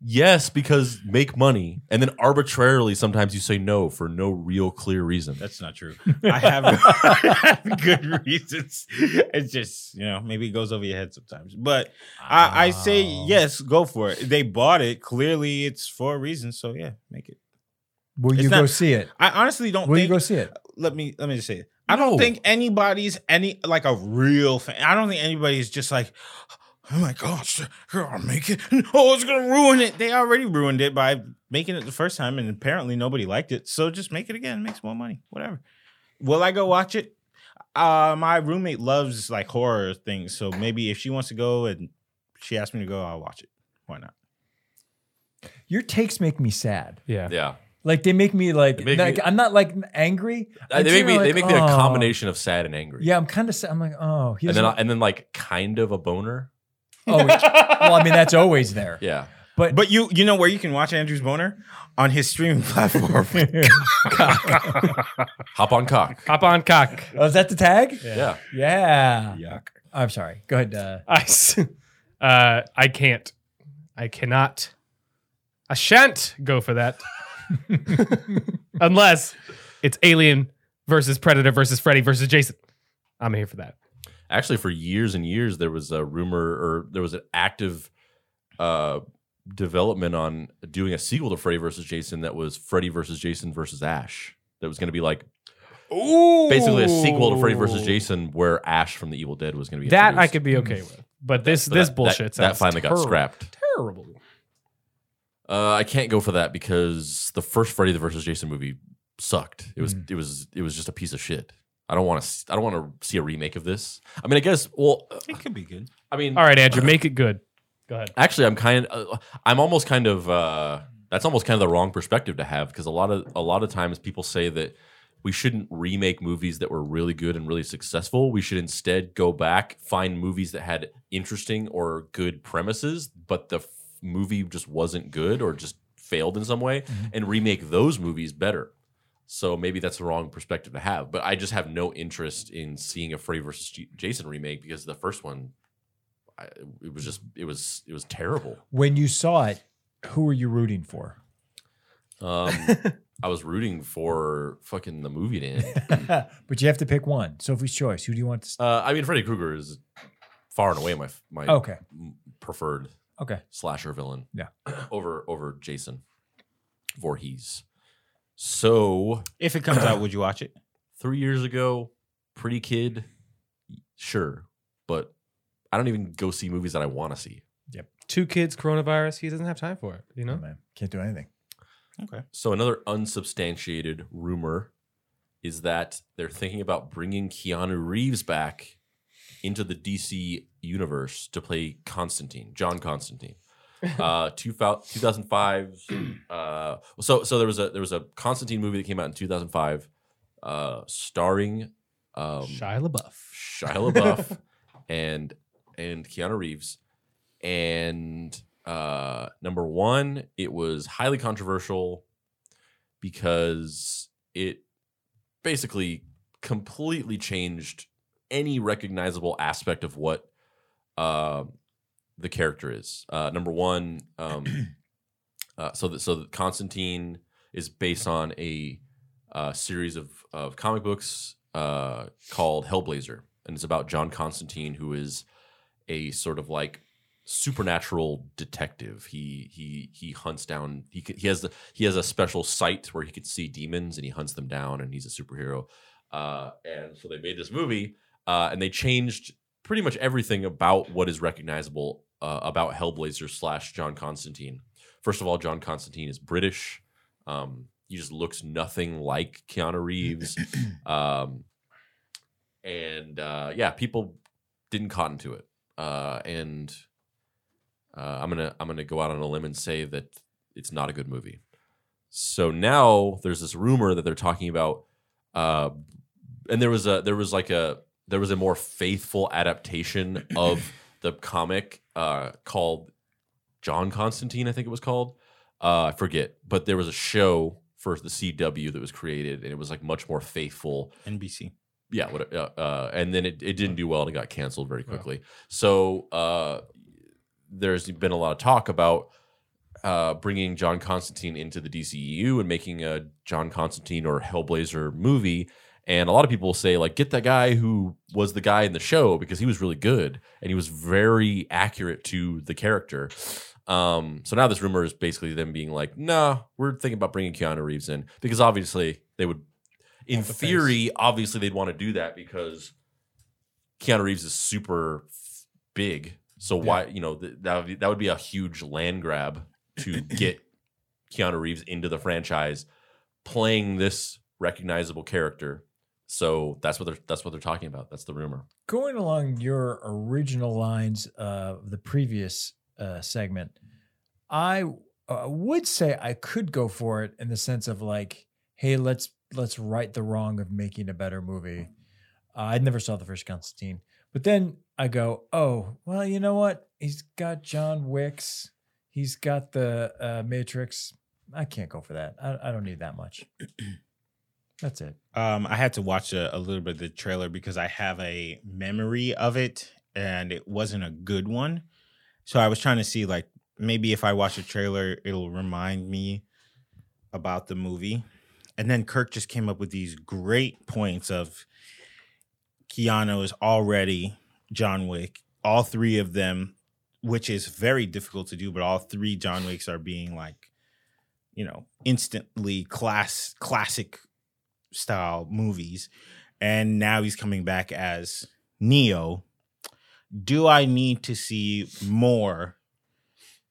A: yes because make money and then arbitrarily sometimes you say no for no real clear reason.
D: That's not true. I have, I have good reasons. It's just, you know, maybe it goes over your head sometimes. But I, I say
C: Oh.
D: yes, go for it. They bought it. Clearly, it's for a reason. So yeah, make it.
C: Will
D: It's
C: you go
D: not-
C: see it?
D: I honestly don't
C: Will you
D: think.
C: go see it?
D: let me let me just say it. I don't
A: No.
D: think anybody's any like a real fan. I don't think anybody's just like, oh my gosh, girl, I'll make it. Oh, it's gonna ruin it. They already ruined it by making it the first time, and apparently nobody liked it. So just make it again. It makes more money. Whatever. Will I go watch it? Uh, my roommate loves like horror things, so maybe if she wants to go and she asked me to go, I'll watch it. Why not?
C: Your takes make me sad.
E: Yeah.
A: Yeah.
C: Like they make me like,
A: They make
C: like
A: me-
C: I'm not like angry.
A: Uh,
C: I'm
A: they make me
C: generally
A: they
C: like,
A: make me a
C: "Oh."
A: combination of sad and angry.
C: Yeah, I'm kind of sad. I'm like, oh, he
A: And then I-
C: doesn't-
A: and then like kind of a boner.
C: oh, well, I mean that's always there.
A: Yeah.
C: But
D: But you you know where you can watch Andrew's boner on his streaming platform.
A: Hop on cock.
E: Hop on cock.
C: oh, is that the tag?
A: Yeah.
C: Yeah.
D: Yuck.
C: I'm sorry. Go ahead. Uh,
E: I, s- uh, I can't. I cannot. I shan't go for that. Unless it's Alien versus Predator versus Freddy versus Jason. I'm here for that.
A: Actually for years and years there was a rumor or there was an active uh development on doing a sequel to Freddy versus Jason that was Freddy versus Jason versus Ash. That was going to be like
E: Ooh.
A: basically a sequel to Freddy versus Jason where Ash from the Evil Dead was going to be
E: That I
A: introduced.
E: could be okay with. But this
A: But
E: this
A: that- that,
E: bullshit
A: that
E: sounds
A: finally
E: terrible.
A: got scrapped.
E: Terrible.
A: Uh, I can't go for that because the first Freddy versus Jason movie sucked. It was
E: Mm.
A: it was it was just a piece of shit. I don't want to I don't want to see a remake of this. I mean, I guess well,
D: It could be good.
A: I mean,
E: All right, Andrew, make it good. Go ahead.
A: actually i'm kind uh, i'm almost kind of uh, that's almost kind of the wrong perspective to have because a lot of a lot of times people say that we shouldn't remake movies that were really good and really successful we should instead go back find movies that had interesting or good premises but the f- movie just wasn't good or just failed in some way and remake those movies better so maybe that's the wrong perspective to have but i just have no interest in seeing a freddy versus J- jason remake because the first one I, it was just it was it was terrible.
C: when you saw it, who were you rooting for?
A: Um, I was rooting for fucking the movie to end.
C: but you have to pick one. Sophie's choice. Who do you want to? St-
A: Uh, I mean, Freddy Krueger is far and away my my
C: okay.
A: preferred
C: Okay.
A: slasher villain.
C: Oh. Yeah.
A: over over Jason Voorhees. So
D: If it comes out, would you watch it?
A: three years ago, pretty kid, sure, but I don't even go see movies that I want to see.
E: Two kids, coronavirus. He doesn't have time for it. You
C: Oh,
E: know.
C: man. Can't do anything.
D: Okay.
A: So another unsubstantiated rumor is that they're thinking about bringing Keanu Reeves back into the DC universe to play Constantine, John Constantine. Uh, two fou- 2005. Uh, so so there was a there was a Constantine movie that came out in 2005, uh, starring um,
E: Shia LaBeouf.
A: Shia LaBeouf and and Keanu Reeves. And uh, number one, it was highly controversial because it basically completely changed any recognizable aspect of what uh, the character is. Uh, number one, um, uh, so that so that Constantine is based on a uh, series of of comic books uh, called Hellblazer, and it's about John Constantine, who is a sort of like supernatural detective. He he he hunts down. He c- he has the, he has a special sight where he can see demons, and he hunts them down, and he's a superhero. Uh, and so they made this movie, uh, and they changed pretty much everything about what is recognizable uh, about Hellblazer slash John Constantine. First of all, John Constantine is British. Um, he just looks nothing like Keanu Reeves. Um, and uh, yeah, people didn't cotton to it. Uh, and uh, I'm gonna I'm gonna go out on a limb and say that it's not a good movie. So now there's this rumor that they're talking about, uh, and there was a there was like a there was a more faithful adaptation of the comic uh, called John Constantine, I think it was called. Uh, I forget, but there was a show for the CW that was created, and it was like much more faithful
D: NBC.
A: yeah, what, uh, uh, and then it, it didn't do well and it got canceled very quickly. So uh, there's been a lot of talk about uh, bringing John Constantine into the DCEU and making a John Constantine or Hellblazer movie. And a lot of people say, like, get that guy who was the guy in the show because he was really good and he was very accurate to the character. Um, so now this rumor is basically them being like, nah, we're thinking about bringing Keanu Reeves in because obviously they would, in
E: Want the face.
A: theory, obviously they'd want to do that because Keanu Reeves is super f- big. So why, you know, th- that would be, that would be a huge land grab to get Keanu Reeves into the franchise playing this recognizable character. So that's what they're that's what they're talking about. That's the rumor.
C: going along your original lines of the previous uh, segment, I uh, would say I could go for it in the sense of like, hey, let's let's right the wrong of making a better movie. Uh, I never saw the first Constantine, but then I go, oh, well, you know what? He's got John Wick's, he's got the uh, Matrix. I can't go for that. I, I don't need that much. That's it.
D: Um, I had to watch a, a little bit of the trailer because I have a memory of it, and it wasn't a good one. So I was trying to see, like, maybe if I watch a trailer, it'll remind me about the movie. And then Kirk just came up with these great points of Keanu is already John Wick. All three of them, which is very difficult to do, but all three John Wicks are being like, you know, instantly class classic style movies and now he's coming back as neo do i need to see more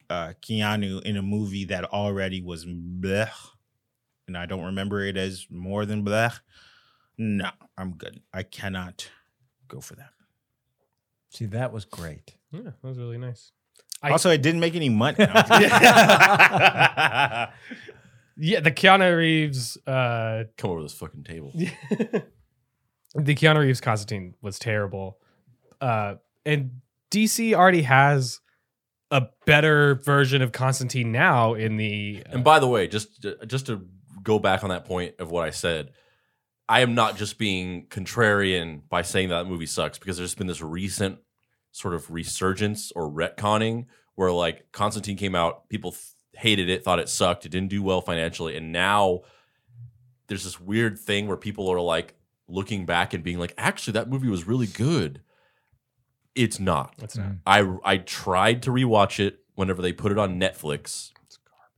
D: uh keanu in a movie that already was bleh and i don't remember it as more than bleh no i'm good i cannot go for that
C: See, that was great.
E: Yeah, that was really nice. I-
D: also it didn't make any money
E: Yeah, the Keanu Reeves, uh,
A: Come over this fucking table.
E: the Keanu Reeves Constantine was terrible, uh, and DC already has a better version of Constantine now in the. uh,
A: And by the way, just just to go back on that point of what I said, I am not just being contrarian by saying that movie sucks because there's been this recent sort of resurgence or retconning where like Constantine came out, people th- hated it, thought it sucked, it didn't do well financially, and now there's this weird thing where people are like looking back and being like, actually, that movie was really good. It's not.
E: what's that?
A: I I tried to rewatch it whenever they put it on Netflix.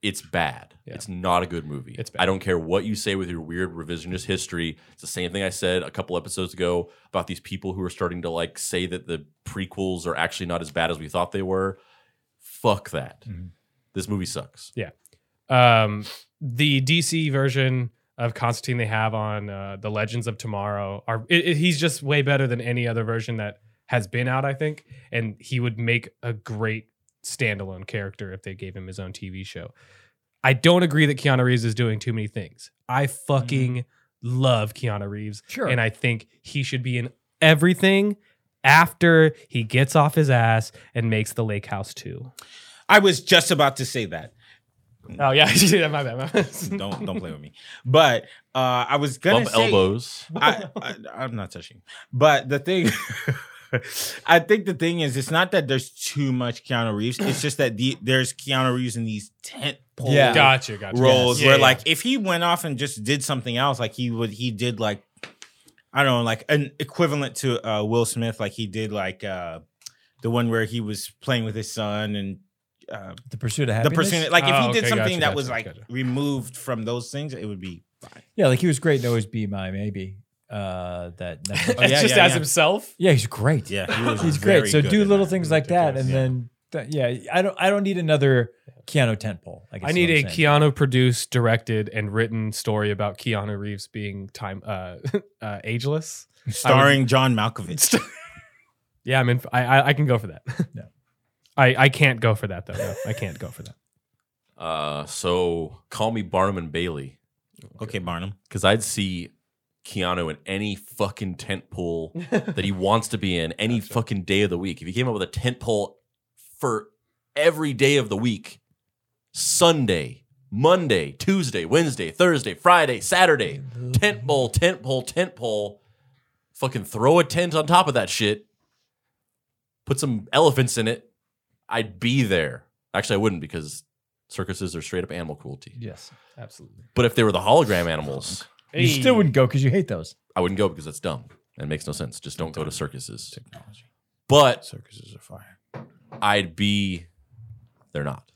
A: It's bad.
E: Yeah.
A: It's not a good movie.
E: It's bad.
A: I don't care what you say with your weird revisionist history. It's the same thing I said a couple episodes ago about these people who are starting to like say that the prequels are actually not as bad as we thought they were. Fuck that.
E: Mm-hmm.
C: Mhm.
A: This movie sucks.
E: um, the DC version of Constantine they have on uh, the Legends of Tomorrow are it, it- he's just way better than any other version that has been out, I think, and he would make a great standalone character if they gave him his own TV show. I don't agree that Keanu Reeves is doing too many things. I fucking love Keanu Reeves,
C: Sure.
E: and I think he should be in everything after he gets off his ass and makes the Lake House too.
D: i was just about to say that
E: Oh yeah, my bad. My bad.
D: don't don't play with me but uh i was gonna
A: Bump
D: say-
A: elbows.
D: I, I I'm not touching. But the thing, I think the thing is, it's not that there's too much Keanu Reeves. It's just that the, there's Keanu Reeves in these tent pole
C: Yeah.
E: Gotcha, gotcha.
D: roles
E: Yeah,
D: where,
E: yeah.
D: like, if he went off and just did something else, like he would, he did like, I don't know, like an equivalent to uh, Will Smith, like he did like uh, the one where he was playing with his son and. Uh,
C: The pursuit of
D: the
C: happiness.
D: person, like, if
E: Oh,
D: he did
E: okay,
D: something
E: gotcha,
D: that
E: gotcha,
D: was like
E: gotcha.
D: removed from those things, it would be fine.
C: Yeah, like he was great in Always Be My Maybe. Uh, that Netflix-
D: Oh, yeah,
E: just
D: yeah,
E: as
D: yeah.
E: himself.
C: yeah, he's great.
D: Yeah, he was
C: he's great.
D: very
C: So
D: good
C: do
D: in
C: little
D: that.
C: things like that, and
D: Ridiculous,
C: then th- yeah, I don't I don't need another Keanu tentpole. I, guess
E: I
C: is
E: need a
C: what I'm saying.
E: Keanu produced, directed, and written story about Keanu Reeves being time uh, uh ageless.
D: starring John Malkovich.
E: Yeah, I'm in. I I, I can go for that.
C: Yeah.
E: I I can't go for that though. No, I can't go for that.
A: Uh, so call me Barnum and Bailey.
D: Okay, Barnum.
A: because I'd see Keanu in any fucking tent pole that he wants to be in any fucking day of the week. If he came up with a tent pole for every day of the week, Sunday, Monday, Tuesday, Wednesday, Thursday, Friday, Saturday, tent pole, tent pole, tent pole, fucking throw a tent on top of that shit, put some elephants in it, I'd be there. Actually, I wouldn't because circuses are straight up animal cruelty.
E: Yes, absolutely.
A: But if they were the hologram animals,
C: You still wouldn't go because you hate those.
A: I wouldn't go because that's dumb and makes no sense. Just don't go to circuses. Technology. But
D: Circuses are fire.
A: I'd be. They're not.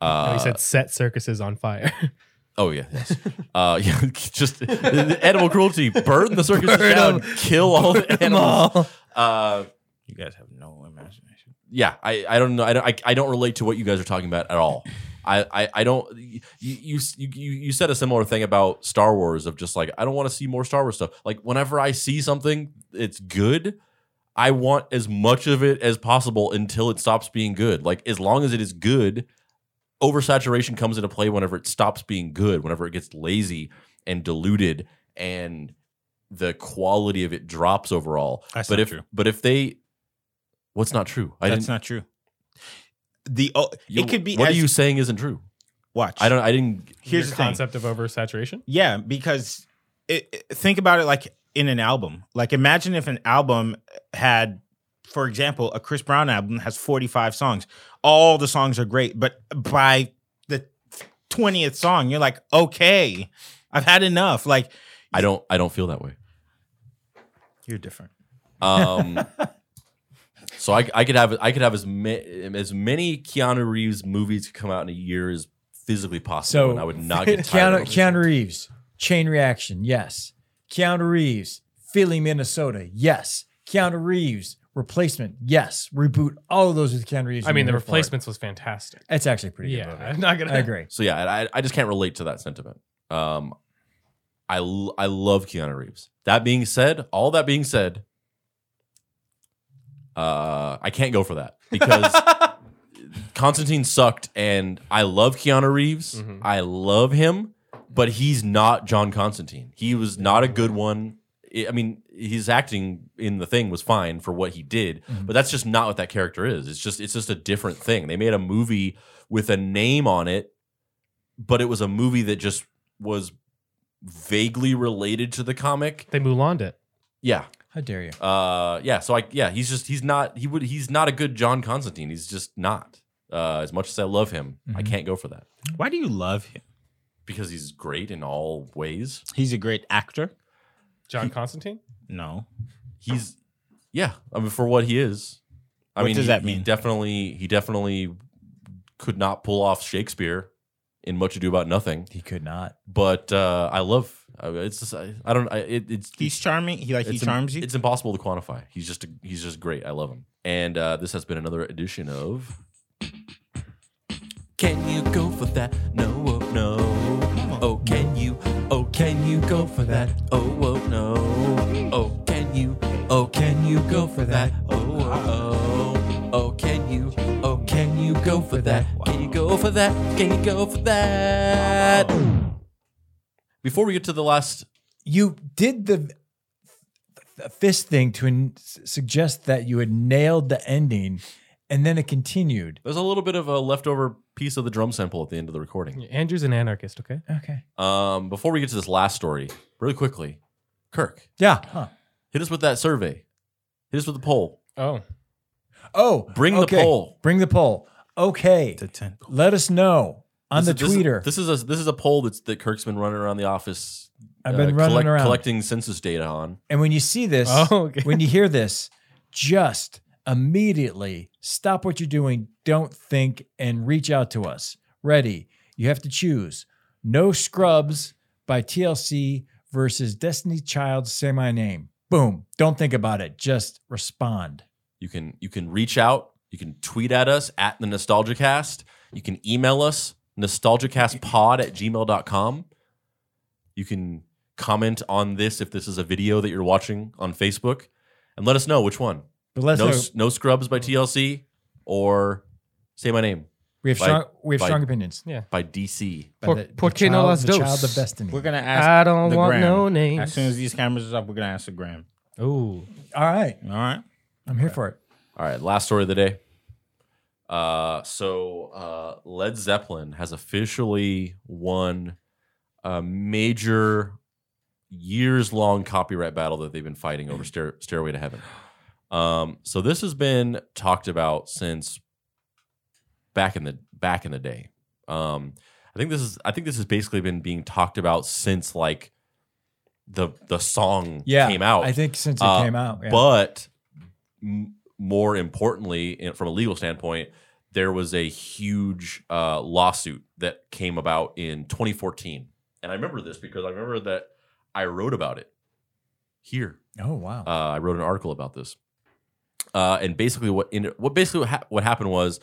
E: No,
A: Uh,
E: he said set circuses on fire.
A: oh yeah, yes. uh, yeah. Just the- the animal cruelty. Burn the circuses
B: Burn
A: down. Kill all the animals.
B: Aw.
A: Uh,
D: You guys have no imagination.
A: yeah, I, I don't know. I don't, I, I don't relate to what you guys are talking about at all. I, I, I don't. You, you you you said a similar thing about Star Wars of just like I don't want to see more Star Wars stuff. Like whenever I see something, it's good. I want as much of it as possible until it stops being good. Like as long as it is good, oversaturation comes into play whenever it stops being good. Whenever it gets lazy and diluted, and the quality of it drops overall.
D: That's
A: but
D: not
A: if
D: true.
A: but if they, what's not true? I
D: That's not true. The oh,
A: you-
D: it could be.
A: What
D: as-
A: are you saying isn't true?
D: watch?
A: I don't. I didn't.
D: Here's
E: Your
D: the thing.
E: concept of oversaturation.
D: Yeah, because it, it- think about it like in an album. Like imagine if an album had, for example, a Chris Brown album has 45 songs. All the songs are great, but by the 20th song, you're like, okay, I've had enough. Like
A: I don't. I don't feel that way.
D: you're different.
A: Um, so I, I could have. I could have as ma- as many Keanu Reeves movies come out in a year as physically possible,
C: So
A: and I would not get tired. of
C: Keanu,
A: it.
C: Keanu Reeves, Chain Reaction, yes. Keanu Reeves, Philly, Minnesota, yes. Keanu Reeves, Replacement, yes. Reboot all of those with Keanu Reeves.
E: I mean, the
C: You're for it.
E: replacements was fantastic.
C: It's actually a pretty
E: Yeah,
C: good.
E: I'm not gonna
C: movie. I agree.
A: So yeah, I, I just can't relate to that sentiment. Um, I l- I love Keanu Reeves. That being said, all that being said, uh, I can't go for that because Constantine sucked, and I love Keanu Reeves.
E: Mhm.
A: I love him, but he's not John Constantine. He was not a good one. I I mean, his acting in the thing was fine for what he did, but that's just not what that character is. It's just it's just a different thing. They made a movie with a name on it, but it was a movie that just was vaguely related to the comic.
E: They Mulaned it.
A: Yeah.
C: How dare you?
A: Uh yeah, so I yeah, he's just he's not he would he's not a good John Constantine. He's just not. Uh as much as I love him, I
C: Mhm.
D: Mm-hmm.
A: can't go for that.
D: Why do you love him?
A: Because he's great in all ways.
D: He's a great actor.
E: John Constantine.
D: No.
A: He's yeah, I mean for what he is. I
D: What
A: mean
D: does
A: he-
D: that
A: he
D: mean?
A: definitely he definitely could not pull off Shakespeare in Much Ado About Nothing.
C: He could not.
A: But uh I love I- it's just, I, I don't I it, it's
D: He's charming. He like he
A: it's im-
D: charms you.
A: It's impossible to quantify. He's just a, he's just great. I love him. And uh, this has been another edition of. Can you go for that? No, oh, no. Oh, can you? Oh, can you go for that? Oh, oh, no. Oh, can you? Oh, can you go for that? Oh, oh, oh. Oh, can you? Oh, can you go for that? Can you go for that? Can you go for that? Before we get to the last
C: You did the th- fist thing to in- s- suggest that you had nailed the ending, and then it continued.
A: There's a little bit of a leftover piece of the drum sample at the end of the recording.
E: Andrew's an anarchist. Okay.
C: Okay.
A: Um, before we get to this last story, really quickly, Kirk,
C: Yeah. Huh.
A: hit us with that survey. Hit us with the poll.
E: Oh,
C: Oh,
A: Bring the
C: okay.
A: poll.
C: Bring the poll. Okay.
D: It's a tentacle.
C: Let us know on
A: This
C: the
A: is-
C: Twitter.
A: This is, this is a this is a poll that's that Kirk's been running around the office.
C: I've been running
A: uh, collect-
C: around.
A: collecting census data on.
C: And when you see this,
E: Oh, okay.
C: when you hear this, just immediately stop what you're doing, don't think, and reach out to us. Ready? You have to choose No Scrubs by TLC versus Destiny Child Say My Name. Boom. Don't think about it. Just respond.
A: You can you can reach out. You can tweet at us at the Nostalgia Cast. You can email us nostalgiacastpod at gmail.com. You can comment on this if this is a video that you're watching on Facebook, and let us know which one.
C: But let's
A: no,
C: know.
A: no scrubs by TLC or say my name
C: We have
A: by-
C: strong we have
A: by-
C: strong opinions.
A: by DC.
C: By
E: Por- por qué no
C: child,
E: las
C: the
E: dos?
C: child of destiny.
D: We're gonna ask.
E: I don't
D: the
E: want
D: gram.
E: no names.
D: As soon as these cameras are up, we're gonna ask the gram.
E: oh,
C: All right.
D: All right.
C: I'm here for it.
A: All right, last story of the day. Uh, so uh, Led Zeppelin has officially won a major years long copyright battle that they've been fighting over Stair- Stairway to Heaven. Um, so this has been talked about since back in the back in the day. Um, I think this is I think this has basically been being talked about since like the the song
C: Yeah,
A: came out.
C: I think since it
A: Uh,
C: came out, yeah.
A: But m- more importantly, in- from a legal standpoint, there was a huge uh, lawsuit that came about in 2014. And I remember this because I remember that I wrote about it here.
C: oh wow,
A: Uh, I wrote an article about this. Uh, and basically, what in, what basically what, hap- what happened was,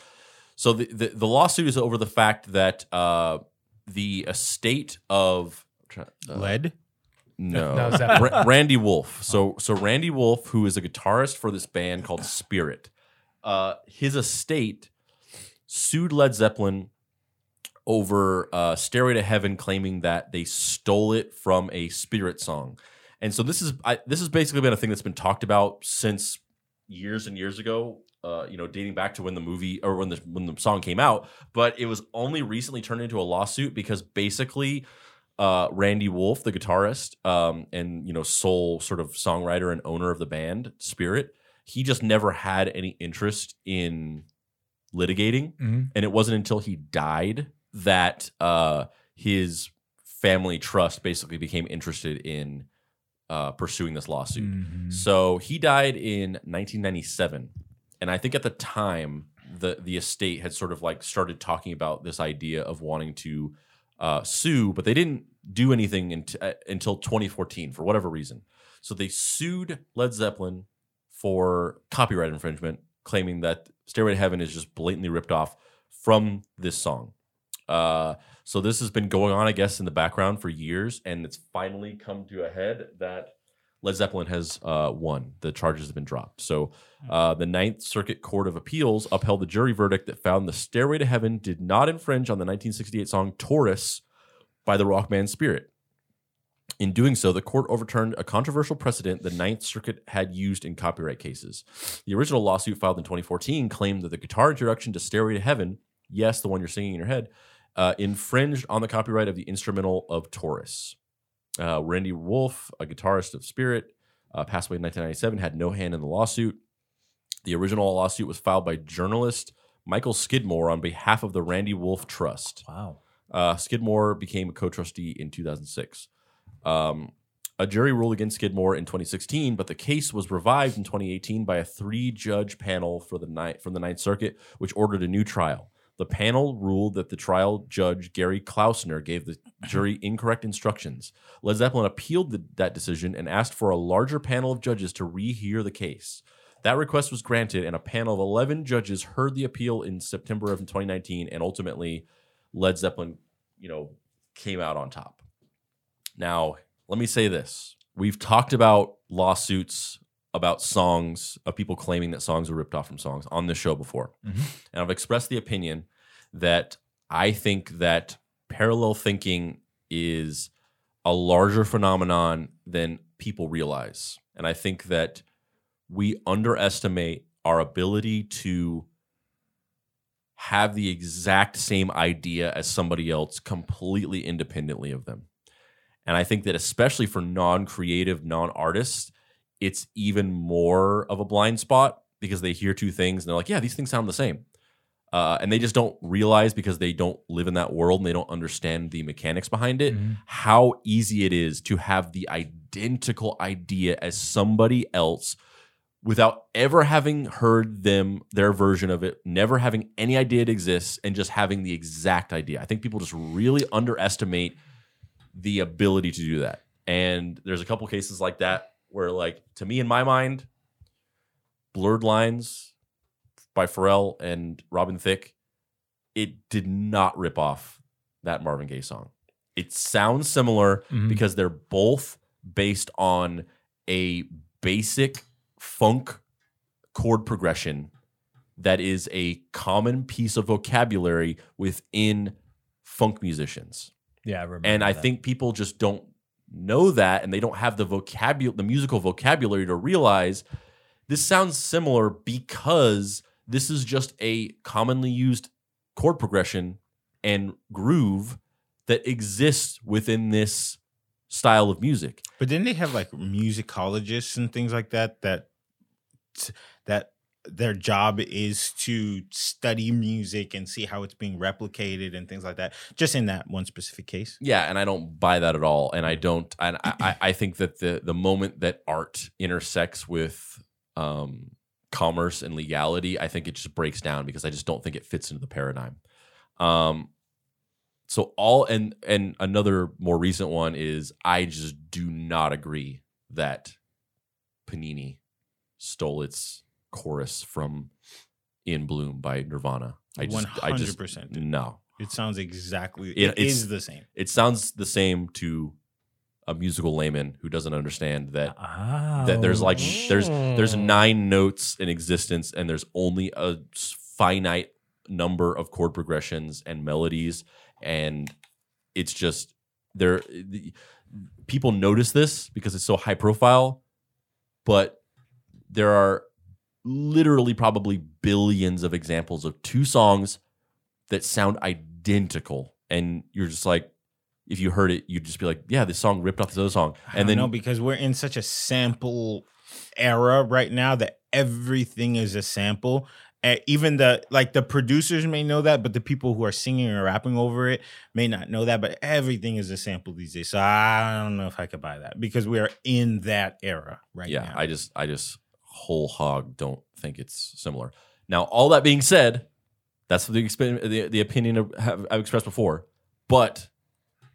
A: so the, the the lawsuit is over the fact that uh, the estate of uh,
D: Lead.
A: no,
E: No, Zeppelin.
A: Ra- Randy Wolf. So so Randy Wolf, who is a guitarist for this band called Spirit, uh, his estate sued Led Zeppelin over uh, "Stairway to Heaven," claiming that they stole it from a Spirit song. And so this is I, this has basically been a thing that's been talked about since years and years ago. Uh, you know, dating back to when the movie or when the when the song came out, but it was only recently turned into a lawsuit because basically uh, Randy Wolf, the guitarist um, and you know sole sort of songwriter and owner of the band Spirit, he just never had any interest in litigating,
C: Mhm.
A: and it wasn't until he died that uh, his family trust basically became interested in uh, pursuing this lawsuit.
C: Mhm.
A: So he died in 1997, and I think at the time the the estate had sort of like started talking about this idea of wanting to uh, sue, but they didn't do anything unt- uh, until 2014 for whatever reason. So they sued Led Zeppelin for copyright infringement, claiming that "Stairway to Heaven" is just blatantly ripped off from this song. Uh, so this has been going on, I guess, in the background for years, and it's finally come to a head that Led Zeppelin has uh, won. The charges have been dropped. So uh, the Ninth Circuit Court of Appeals upheld the jury verdict that found the Stairway to Heaven did not infringe on the 1968 song Taurus by the rock band Spirit. In doing so, the court overturned a controversial precedent the Ninth Circuit had used in copyright cases. The original lawsuit filed in 2014 claimed that the guitar introduction to Stairway to Heaven, yes, the one you're singing in your head, uh, infringed on the copyright of the instrumental of Taurus. Uh, Randy Wolf, a guitarist of Spirit, uh, passed away in 1997, had no hand in the lawsuit. The original lawsuit was filed by journalist Michael Skidmore on behalf of the Randy Wolf Trust.
C: wow.
A: Uh, Skidmore became a co-trustee in 2006. Um, a jury ruled against Skidmore in 2016, but the case was revived in 2018 by a three-judge panel for the night from the Ninth Circuit, which ordered a new trial. The panel ruled that the trial judge Gary Klausner gave the jury incorrect instructions. Led Zeppelin appealed the, that decision and asked for a larger panel of judges to rehear the case. That request was granted, and a panel of 11 judges heard the appeal in September of 2019, and ultimately, Led Zeppelin, you know, came out on top. Now, let me say this. We've talked about lawsuits about songs of people claiming that songs were ripped off from songs on this show before.
C: Mhm.
A: And I've expressed the opinion that I think that parallel thinking is a larger phenomenon than people realize. And I think that we underestimate our ability to have the exact same idea as somebody else completely independently of them. And I think that especially for non-creative, non-artists, it's even more of a blind spot because they hear two things and they're like, yeah, these things sound the same. Uh, and they just don't realize because they don't live in that world and they don't understand the mechanics behind it
C: Mhm.
A: how easy it is to have the identical idea as somebody else without ever having heard them their version of it never having any idea it exists and just having the exact idea i think people just really underestimate the ability to do that and there's a couple cases like that where like to me in my mind blurred lines by pharrell and robin thicke it did not rip off that marvin gaye song it sounds similar
E: Mm. Mm-hmm.
C: Mhm.
A: because they're both based on a basic funk chord progression that is a common piece of vocabulary within funk musicians.
C: yeah, I remember
A: And I
C: that.
A: think people just don't know that and they don't have the vocabulary the musical vocabulary to realize this sounds similar because this is just a commonly used chord progression and groove that exists within this style of music.
D: But didn't they have like musicologists and things like that that that their job is to study music and see how it's being replicated and things like that? Just in that one specific case.
A: Yeah, and I don't buy that at all. And I don't. And I, I, I think that the the moment that art intersects with um, commerce and legality, I think it just breaks down because I just don't think it fits into the paradigm. Um, so all and and another more recent one is I just do not agree that Panini stole its chorus from "In Bloom" by Nirvana. I just, I just,
D: 100%, dude.
A: no,
D: It sounds exactly
A: Yeah,
D: it
A: it's-
D: is the same.
A: it sounds the same to a musical layman who doesn't understand that
C: Ah,
A: that there's like
E: Oh.
A: there's there's nine notes in existence and there's only a s- finite number of chord progressions and melodies and it's just there the- people notice this because it's so high profile but there are literally probably billions of examples of two songs that sound identical and you're just like if you heard it you'd just be like yeah this song ripped off this other song
D: I
A: and
D: don't
A: then
D: know because we're in such a sample era right now that everything is a sample. And even the like the producers may know that, but the people who are singing or rapping over it may not know that. But everything is a sample these days, so I don't know if I could buy that because we are in that era right
A: yeah
D: now.
A: i just i just whole hog don't think it's similar now all that being said that's the exp- the, the opinion of, have, i've expressed before but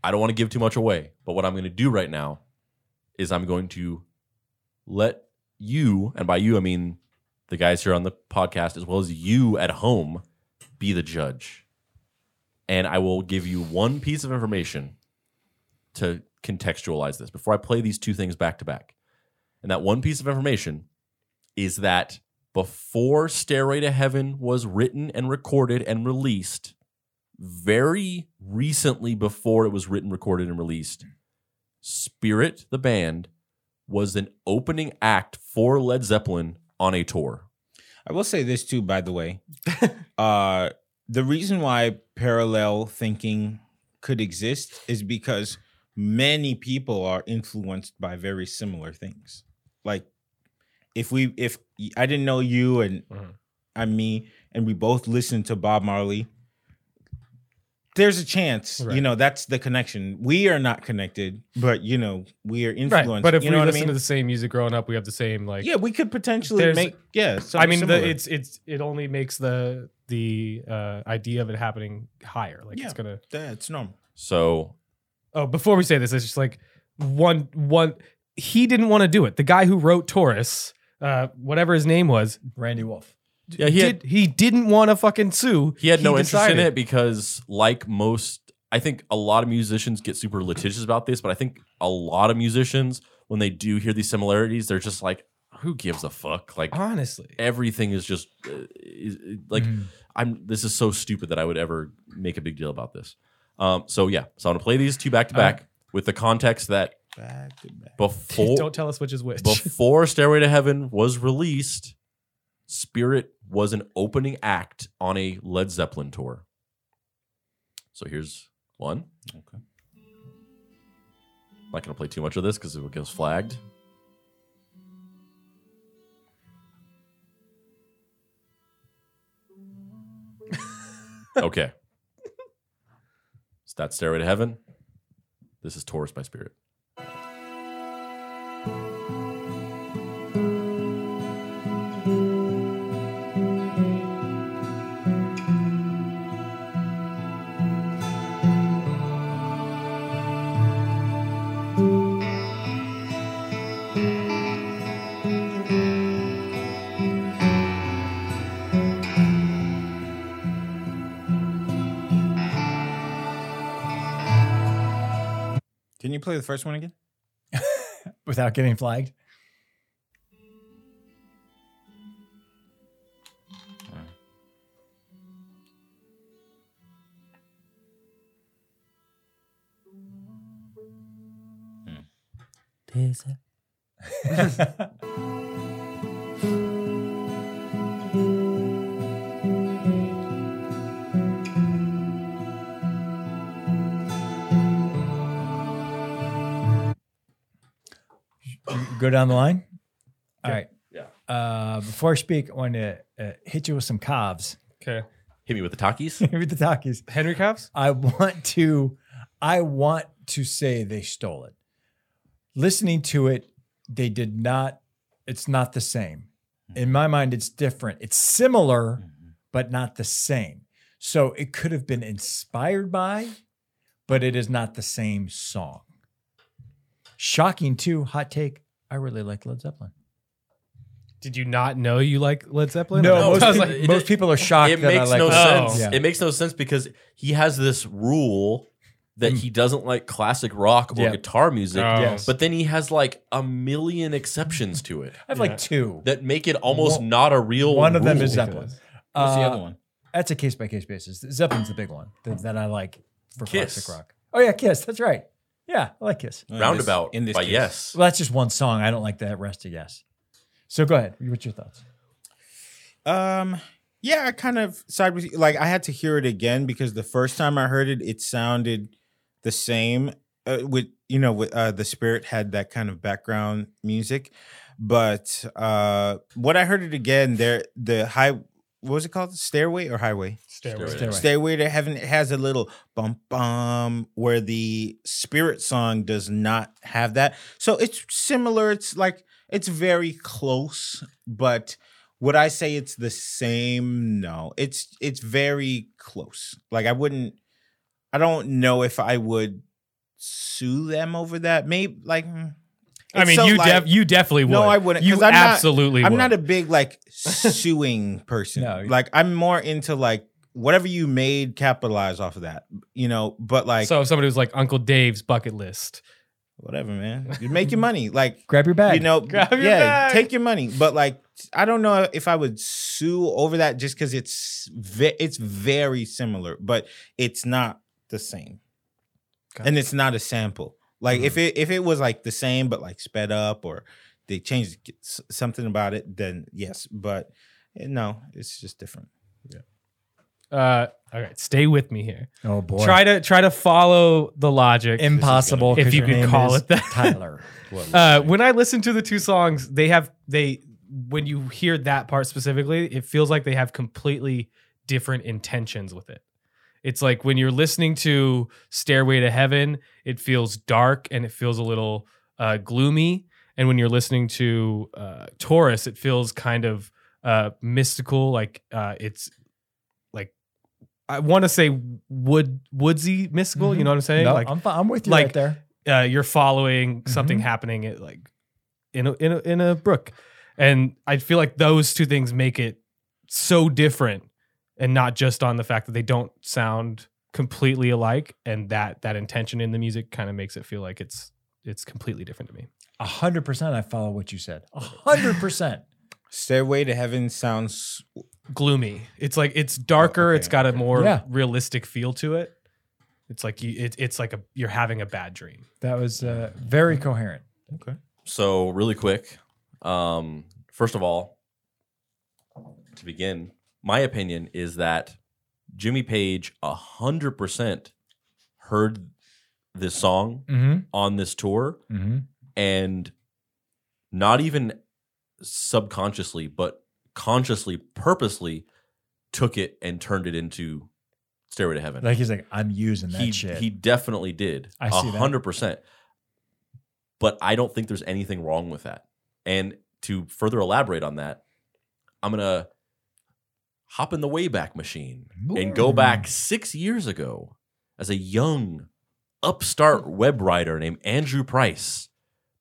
A: i don't want to give too much away but what i'm going to do right now is i'm going to let you and by you i mean the guys here on the podcast as well as you at home be the judge and i will give you one piece of information to contextualize this before i play these two things back to back and that one piece of information is that before Stairway to Heaven was written and recorded and released, very recently before it was written, recorded, and released, Spirit, the band, was an opening act for Led Zeppelin on a tour.
D: I will say this too, by the way. uh, the reason why parallel thinking could exist is because many people are influenced by very similar things. Like if we if y- I didn't know you and
E: Mhm.
D: I'm me and we both listened to Bob Marley, there's a chance, you
E: Right.
D: know, that's the connection. We are not connected, but you know, we are influenced.
E: Right, but if
D: you
E: we
D: know what I
E: listen
D: mean?
E: to the same music growing up, we have the same like.
D: yeah, we could potentially
E: There's-
D: make yeah. So
E: I mean, the, it's it's it only makes the the uh, idea of it happening higher. Like
D: Yeah.
E: it's gonna.
D: that's normal.
A: So
E: Oh, before we say this, it's just like one one. He didn't want to do it. The guy who wrote Taurus, uh, whatever his name was,
C: Oh. Randy Wolf.
A: yeah, he had,
E: did, he didn't want to fucking sue.
A: he had no interest in
E: decided.
A: it because, like most, I think a lot of musicians get super litigious about this, but I think a lot of musicians, when they do hear these similarities, they're just like, who gives a fuck?
E: Uh-huh.
A: Like,
E: Honestly,
A: everything is just uh, is, like
E: Mm.
A: I'm. This is so stupid that I would ever make a big deal about this. Um, so yeah, so I'm gonna play these two back to back with the context that
D: Back to back.
A: before
E: don't tell us which is which.
A: before Stairway to Heaven was released, Spirit was an opening act on a Led Zeppelin tour. So here's one.
D: Okay.
A: Not gonna play too much of this because it will get us flagged. okay. It's that Stairway to Heaven. This is Taurus by Spirit.
D: Can you play the first one again?
C: Without getting flagged. go down the line? All
E: Yeah.
C: right. Uh, before I speak, I want to uh, hit you with some cobs.
E: Okay.
A: Hit me with the talkies.
C: Read the talkies.
E: Henry Cops?
C: I want to I want to say they stole it. Listening to it, they did not it's not the same.
A: Mm-hmm.
C: In my mind it's different. It's similar but not the same. So it could have been inspired by but it is not the same song. Shocking too, hot take. I really like Led Zeppelin.
E: Did you not know you like Led Zeppelin?
A: No,
C: most,
E: I was
A: it-
E: like,
A: it-
C: most people are shocked
A: it
C: that I
A: makes
C: like
A: no
C: Led
E: Oh.
C: Zeppelin.
A: sense.
C: Yeah.
A: It makes no sense because he has this rule that
C: Mm.
A: he doesn't like classic rock or
C: Yeah. Uh,
A: guitar music,
E: Oh.
C: Yes.
A: but then he has like a million exceptions to it
C: I have like
E: Yeah.
C: two.
A: that make it almost
C: One-
A: not a real.
C: One of them
A: rule.
C: is Zeppelin.
D: What's the
C: Uh,
D: other one?
C: That's a case by case basis. Zeppelin's the big one that, that I like for
A: Kiss.
C: classic rock. Oh yeah, Kiss. That's right. Yeah, I like Kiss.
D: In this-
A: Roundabout in this by
D: case.
A: yes.
C: Well, that's just one song. I don't like that rest of Yes. So go ahead. What's your thoughts?
D: Um, yeah, I kind of side with you. Like, I had to hear it again because the first time I heard it, it sounded the same. Uh, with you know, with uh, the spirit had that kind of background music, but uh, when I heard it again, there the high what was it called, stairway or highway?
E: Stairway.
A: Stairway.
C: Right.
D: Stairway to Heaven. It has a little bum bum where the spirit song does not have that. So it's similar. It's like it's very close, but would I say it's the same? No. It's it's very close. Like I wouldn't. I don't know if I would sue them over that. Maybe like. mm,
E: I
D: it's
E: mean,
D: so
E: you
D: like-
E: def- you definitely would.
D: No, I wouldn't,
E: You
D: 'cause I'm not-
E: absolutely
D: I'm
E: would.
D: not a big like suing person.
C: No.
D: Like I'm more into like whatever you made, capitalize off of that. You know, but like
E: so if somebody was like Uncle Dave's bucket list,
D: whatever, man. You make your money. Like
C: Grab your bag.
D: you know,
E: Grab your
D: yeah,
E: bag.
D: take your money. But like I don't know if I would sue over that just because it's ve- it's very similar, but it's not the same.
C: Got
D: And it's not a sample. Like if it if it was like the same but like sped up or they changed s- something about it, then yes. But eh, no, it's just different.
E: uh, all right, stay with me here.
C: oh boy.
E: Try to try to follow the logic.
C: impossible.
E: This is gonna be-
C: 'cause
E: if you could
C: your name
E: call
C: is
E: it that.
C: Tyler.
E: Uh, when I listen to the two songs, they have they when you hear that part specifically, it feels like they have completely different intentions with it. It's like when you're listening to Stairway to Heaven, it feels dark and it feels a little uh, gloomy, and when you're listening to uh, Taurus, it feels kind of uh, mystical, like uh, it's like I want to say wood woodsy mystical. You know what I'm saying?
C: No,
E: like
C: I'm, fi- I'm with you
E: like-
C: right there.
E: uh, you're following something happening at, like in a, in a, in a brook, and I feel like those two things make it so different, and not just on the fact that they don't sound completely alike, and that that intention in the music kind of makes it feel like it's it's completely different to me.
C: A hundred percent. I follow what you said. A hundred percent.
D: Stairway to Heaven sounds
E: Gloomy. It's like it's darker.
D: okay,
E: it's got a more
C: Yeah.
E: realistic feel to it. It's like you, it, it's like a you're having a bad dream.
C: That was uh, very coherent.
A: So really quick, um, first of all, to begin, my opinion is that Jimmy Page hundred percent heard this song
C: Mm-hmm.
A: on this tour
C: Mm-hmm.
A: and not even subconsciously, but consciously, purposely took it and turned it into Stairway to Heaven.
C: Like he's like, I'm using that
A: he,
C: shit.
A: he definitely did.
C: I see that.
A: 100%. But I don't think there's anything wrong with that. And to further elaborate on that, I'm going to hop in the Wayback Machine and go
C: Ooh.
A: back six years ago as a young upstart web writer named Andrew Price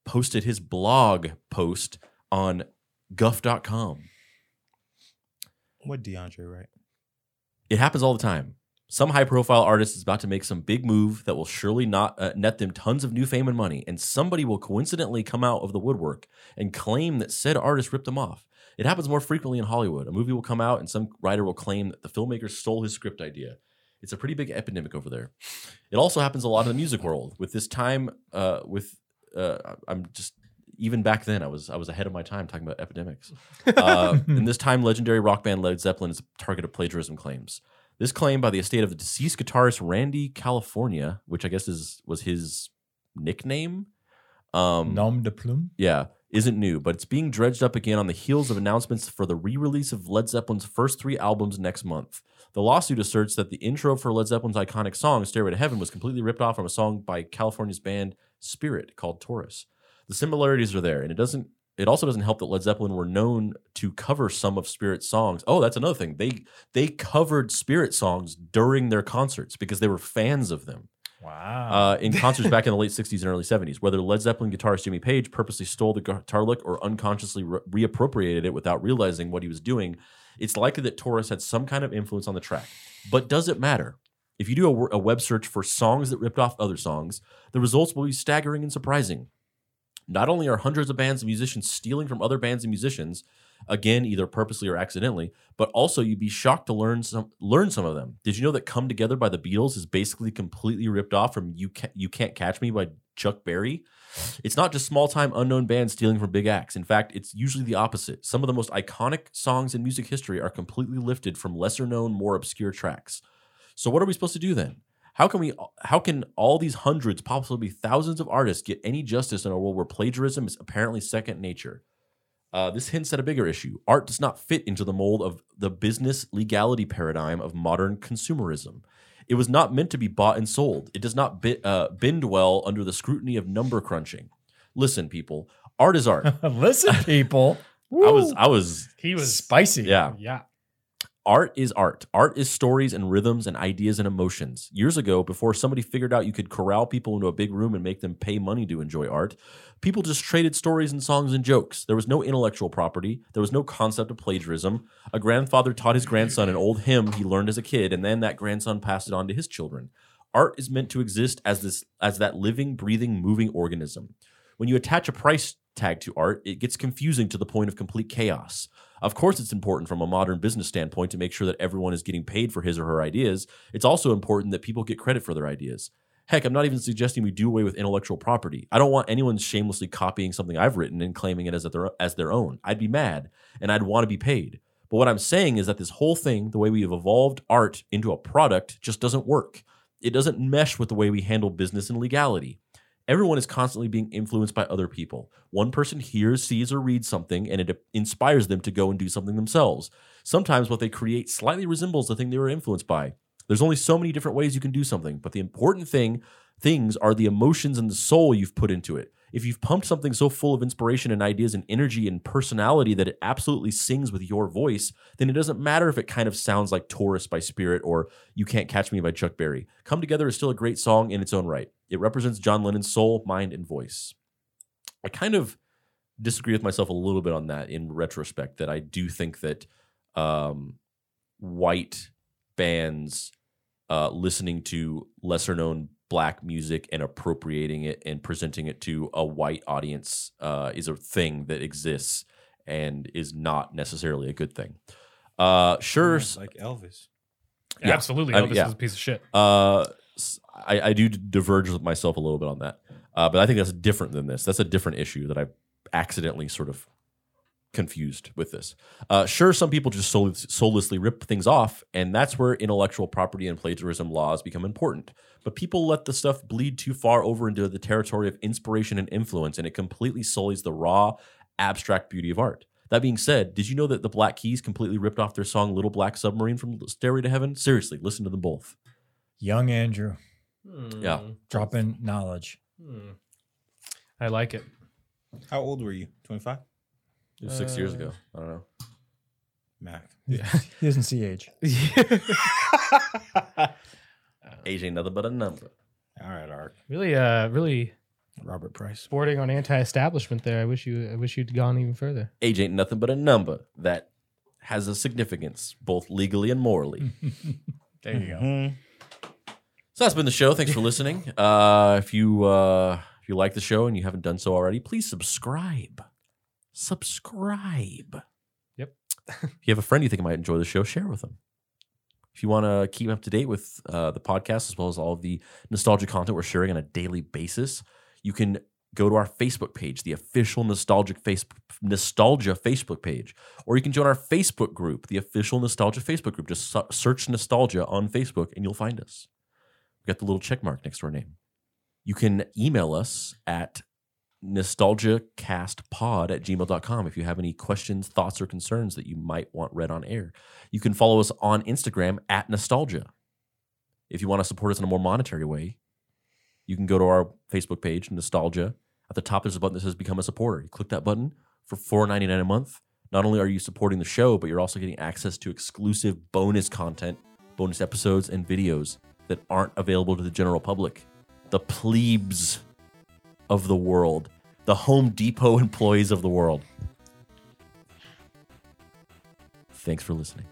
A: posted his blog post on guff.com.
D: what DeAndre, right?
A: It happens all the time. Some high profile artist is about to make some big move that will surely not uh, net them tons of new fame and money, and somebody will coincidentally come out of the woodwork and claim that said artist ripped them off. It happens more frequently in Hollywood. A movie will come out, and some writer will claim that the filmmaker stole his script idea. It's a pretty big epidemic over there. It also happens a lot in the music world. With this time, uh, with uh, I'm just even back then I was I was ahead of my time talking about epidemics. Uh, and this time, legendary rock band Led Zeppelin is a target of plagiarism claims. This claim by the estate of the deceased guitarist Randy California, which I guess is was his nickname. Um,
C: nom de plume.
A: yeah, isn't new, but it's being dredged up again on the heels of announcements for the re release of Led Zeppelin's first three albums next month. The lawsuit asserts that the intro for Led Zeppelin's iconic song, Stairway to Heaven, was completely ripped off from a song by California's band Spirit called Taurus. The similarities are there, and it doesn't. It also doesn't help that Led Zeppelin were known to cover some of Spirit's songs. Oh, that's another thing. They they covered Spirit songs during their concerts because they were fans of them
C: Wow.
A: uh, in concerts back in the late 60s and early 70s. Whether Led Zeppelin guitarist Jimmy Page purposely stole the guitar lick or unconsciously re- reappropriated it without realizing what he was doing, it's likely that Taurus had some kind of influence on the track. But does it matter? If you do a, wor- a web search for songs that ripped off other songs, the results will be staggering and surprising. Not only are hundreds of bands and musicians stealing from other bands and musicians, again either purposely or accidentally, but also you'd be shocked to learn some learn some of them. Did you know that "Come Together" by the Beatles is basically completely ripped off from "You Can't, you Can't Catch Me" by Chuck Berry? It's not just small time unknown bands stealing from big acts. In fact, it's usually the opposite. Some of the most iconic songs in music history are completely lifted from lesser known, more obscure tracks. So what are we supposed to do then? How can we? How can all these hundreds, possibly thousands of artists, get any justice in a world where plagiarism is apparently second nature? Uh, this hints at a bigger issue. Art does not fit into the mold of the business legality paradigm of modern consumerism. It was not meant to be bought and sold. It does not bi- uh, bend well under the scrutiny of number crunching. Listen, people, art is art. I
C: Listen, people.
A: was, I was,
E: He was
B: spicy.
A: yeah.
E: yeah.
A: Art is art. Art is stories and rhythms and ideas and emotions. Years ago, before somebody figured out you could corral people into a big room and make them pay money to enjoy art, people just traded stories and songs and jokes. There was no intellectual property, there was no concept of plagiarism. A grandfather taught his grandson an old hymn he learned as a kid, and then that grandson passed it on to his children. Art is meant to exist as this as that living, breathing, moving organism. When you attach a price tag to art, it gets confusing to the point of complete chaos. Of course, it's important from a modern business standpoint to make sure that everyone is getting paid for his or her ideas. It's also important that people get credit for their ideas. Heck, I'm not even suggesting we do away with intellectual property. I don't want anyone shamelessly copying something I've written and claiming it as their, as their own. I'd be mad and I'd want to be paid. But what I'm saying is that this whole thing, the way we have evolved art into a product, just doesn't work. It doesn't mesh with the way we handle business and legality. Everyone is constantly being influenced by other people. One person hears, sees, or reads something, and it inspires them to go and do something themselves. Sometimes what they create slightly resembles the thing they were influenced by. There's only so many different ways you can do something, but the important thing things are the emotions and the soul you've put into it. If you've pumped something so full of inspiration and ideas and energy and personality that it absolutely sings with your voice, then it doesn't matter if it kind of sounds like Taurus by Spirit or You Can't Catch Me by Chuck Berry. Come Together is still a great song in its own right. It represents John Lennon's soul, mind, and voice. I kind of disagree with myself a little bit on that in retrospect, that I do think that um, white bands uh, listening to lesser known black music and appropriating it and presenting it to a white audience uh, is a thing that exists and is not necessarily a good thing. Uh, sure, s-
D: like Elvis.
A: Yeah.
E: Absolutely.
A: I
E: Elvis
A: mean, yeah.
E: is a piece of shit.
A: uh, s- I, I do diverge with myself a little bit on that, uh, but I think that's different than this. That's a different issue that I accidentally sort of confused with this. Uh, sure, some people just soul- soullessly rip things off, and that's where intellectual property and plagiarism laws become important. But people let the stuff bleed too far over into the territory of inspiration and influence, and it completely sullies the raw, abstract beauty of art. That being said, did you know that the Black Keys completely ripped off their song Little Black Submarine from Stairway to Heaven? Seriously, listen to them both.
C: Young Andrew
A: Yeah.
C: dropping knowledge.
E: I like it.
D: How old were you? 25?
A: It was six years ago. I don't know.
D: Mac.
C: He doesn't see age.
A: Age ain't nothing but a number.
D: All right, Art.
E: really, uh, really
D: Robert Price.
E: bordering on anti-establishment there. I wish you, I wish you'd gone even further.
A: Age ain't nothing but a number that has a significance both legally and morally.
C: There you
D: Mhm.
A: So that's been the show. Thanks for listening. Uh, if you uh, if you like the show and you haven't done so already, please subscribe. Subscribe.
E: Yep.
A: if you have a friend you think might enjoy the show, share with them. If you want to keep up to date with uh, the podcast as well as all of the nostalgia content we're sharing on a daily basis, you can go to our Facebook page, the official nostalgic face nostalgia Facebook page, or you can join our Facebook group, the official nostalgia Facebook group. Just su- search nostalgia on Facebook and you'll find us. We got the little check mark next to our name. You can email us at nostalgiacastpod at gmail.com if you have any questions, thoughts, or concerns that you might want read on air. You can follow us on Instagram at nostalgia. If you want to support us in a more monetary way, you can go to our Facebook page, Nostalgia. At the top, there's a button that says Become a Supporter. You click that button for $4.99 a month. Not only are you supporting the show, but you're also getting access to exclusive bonus content, bonus episodes, and videos that aren't available to the general public. The plebes of the world, the Home Depot employees of the world. Thanks for listening.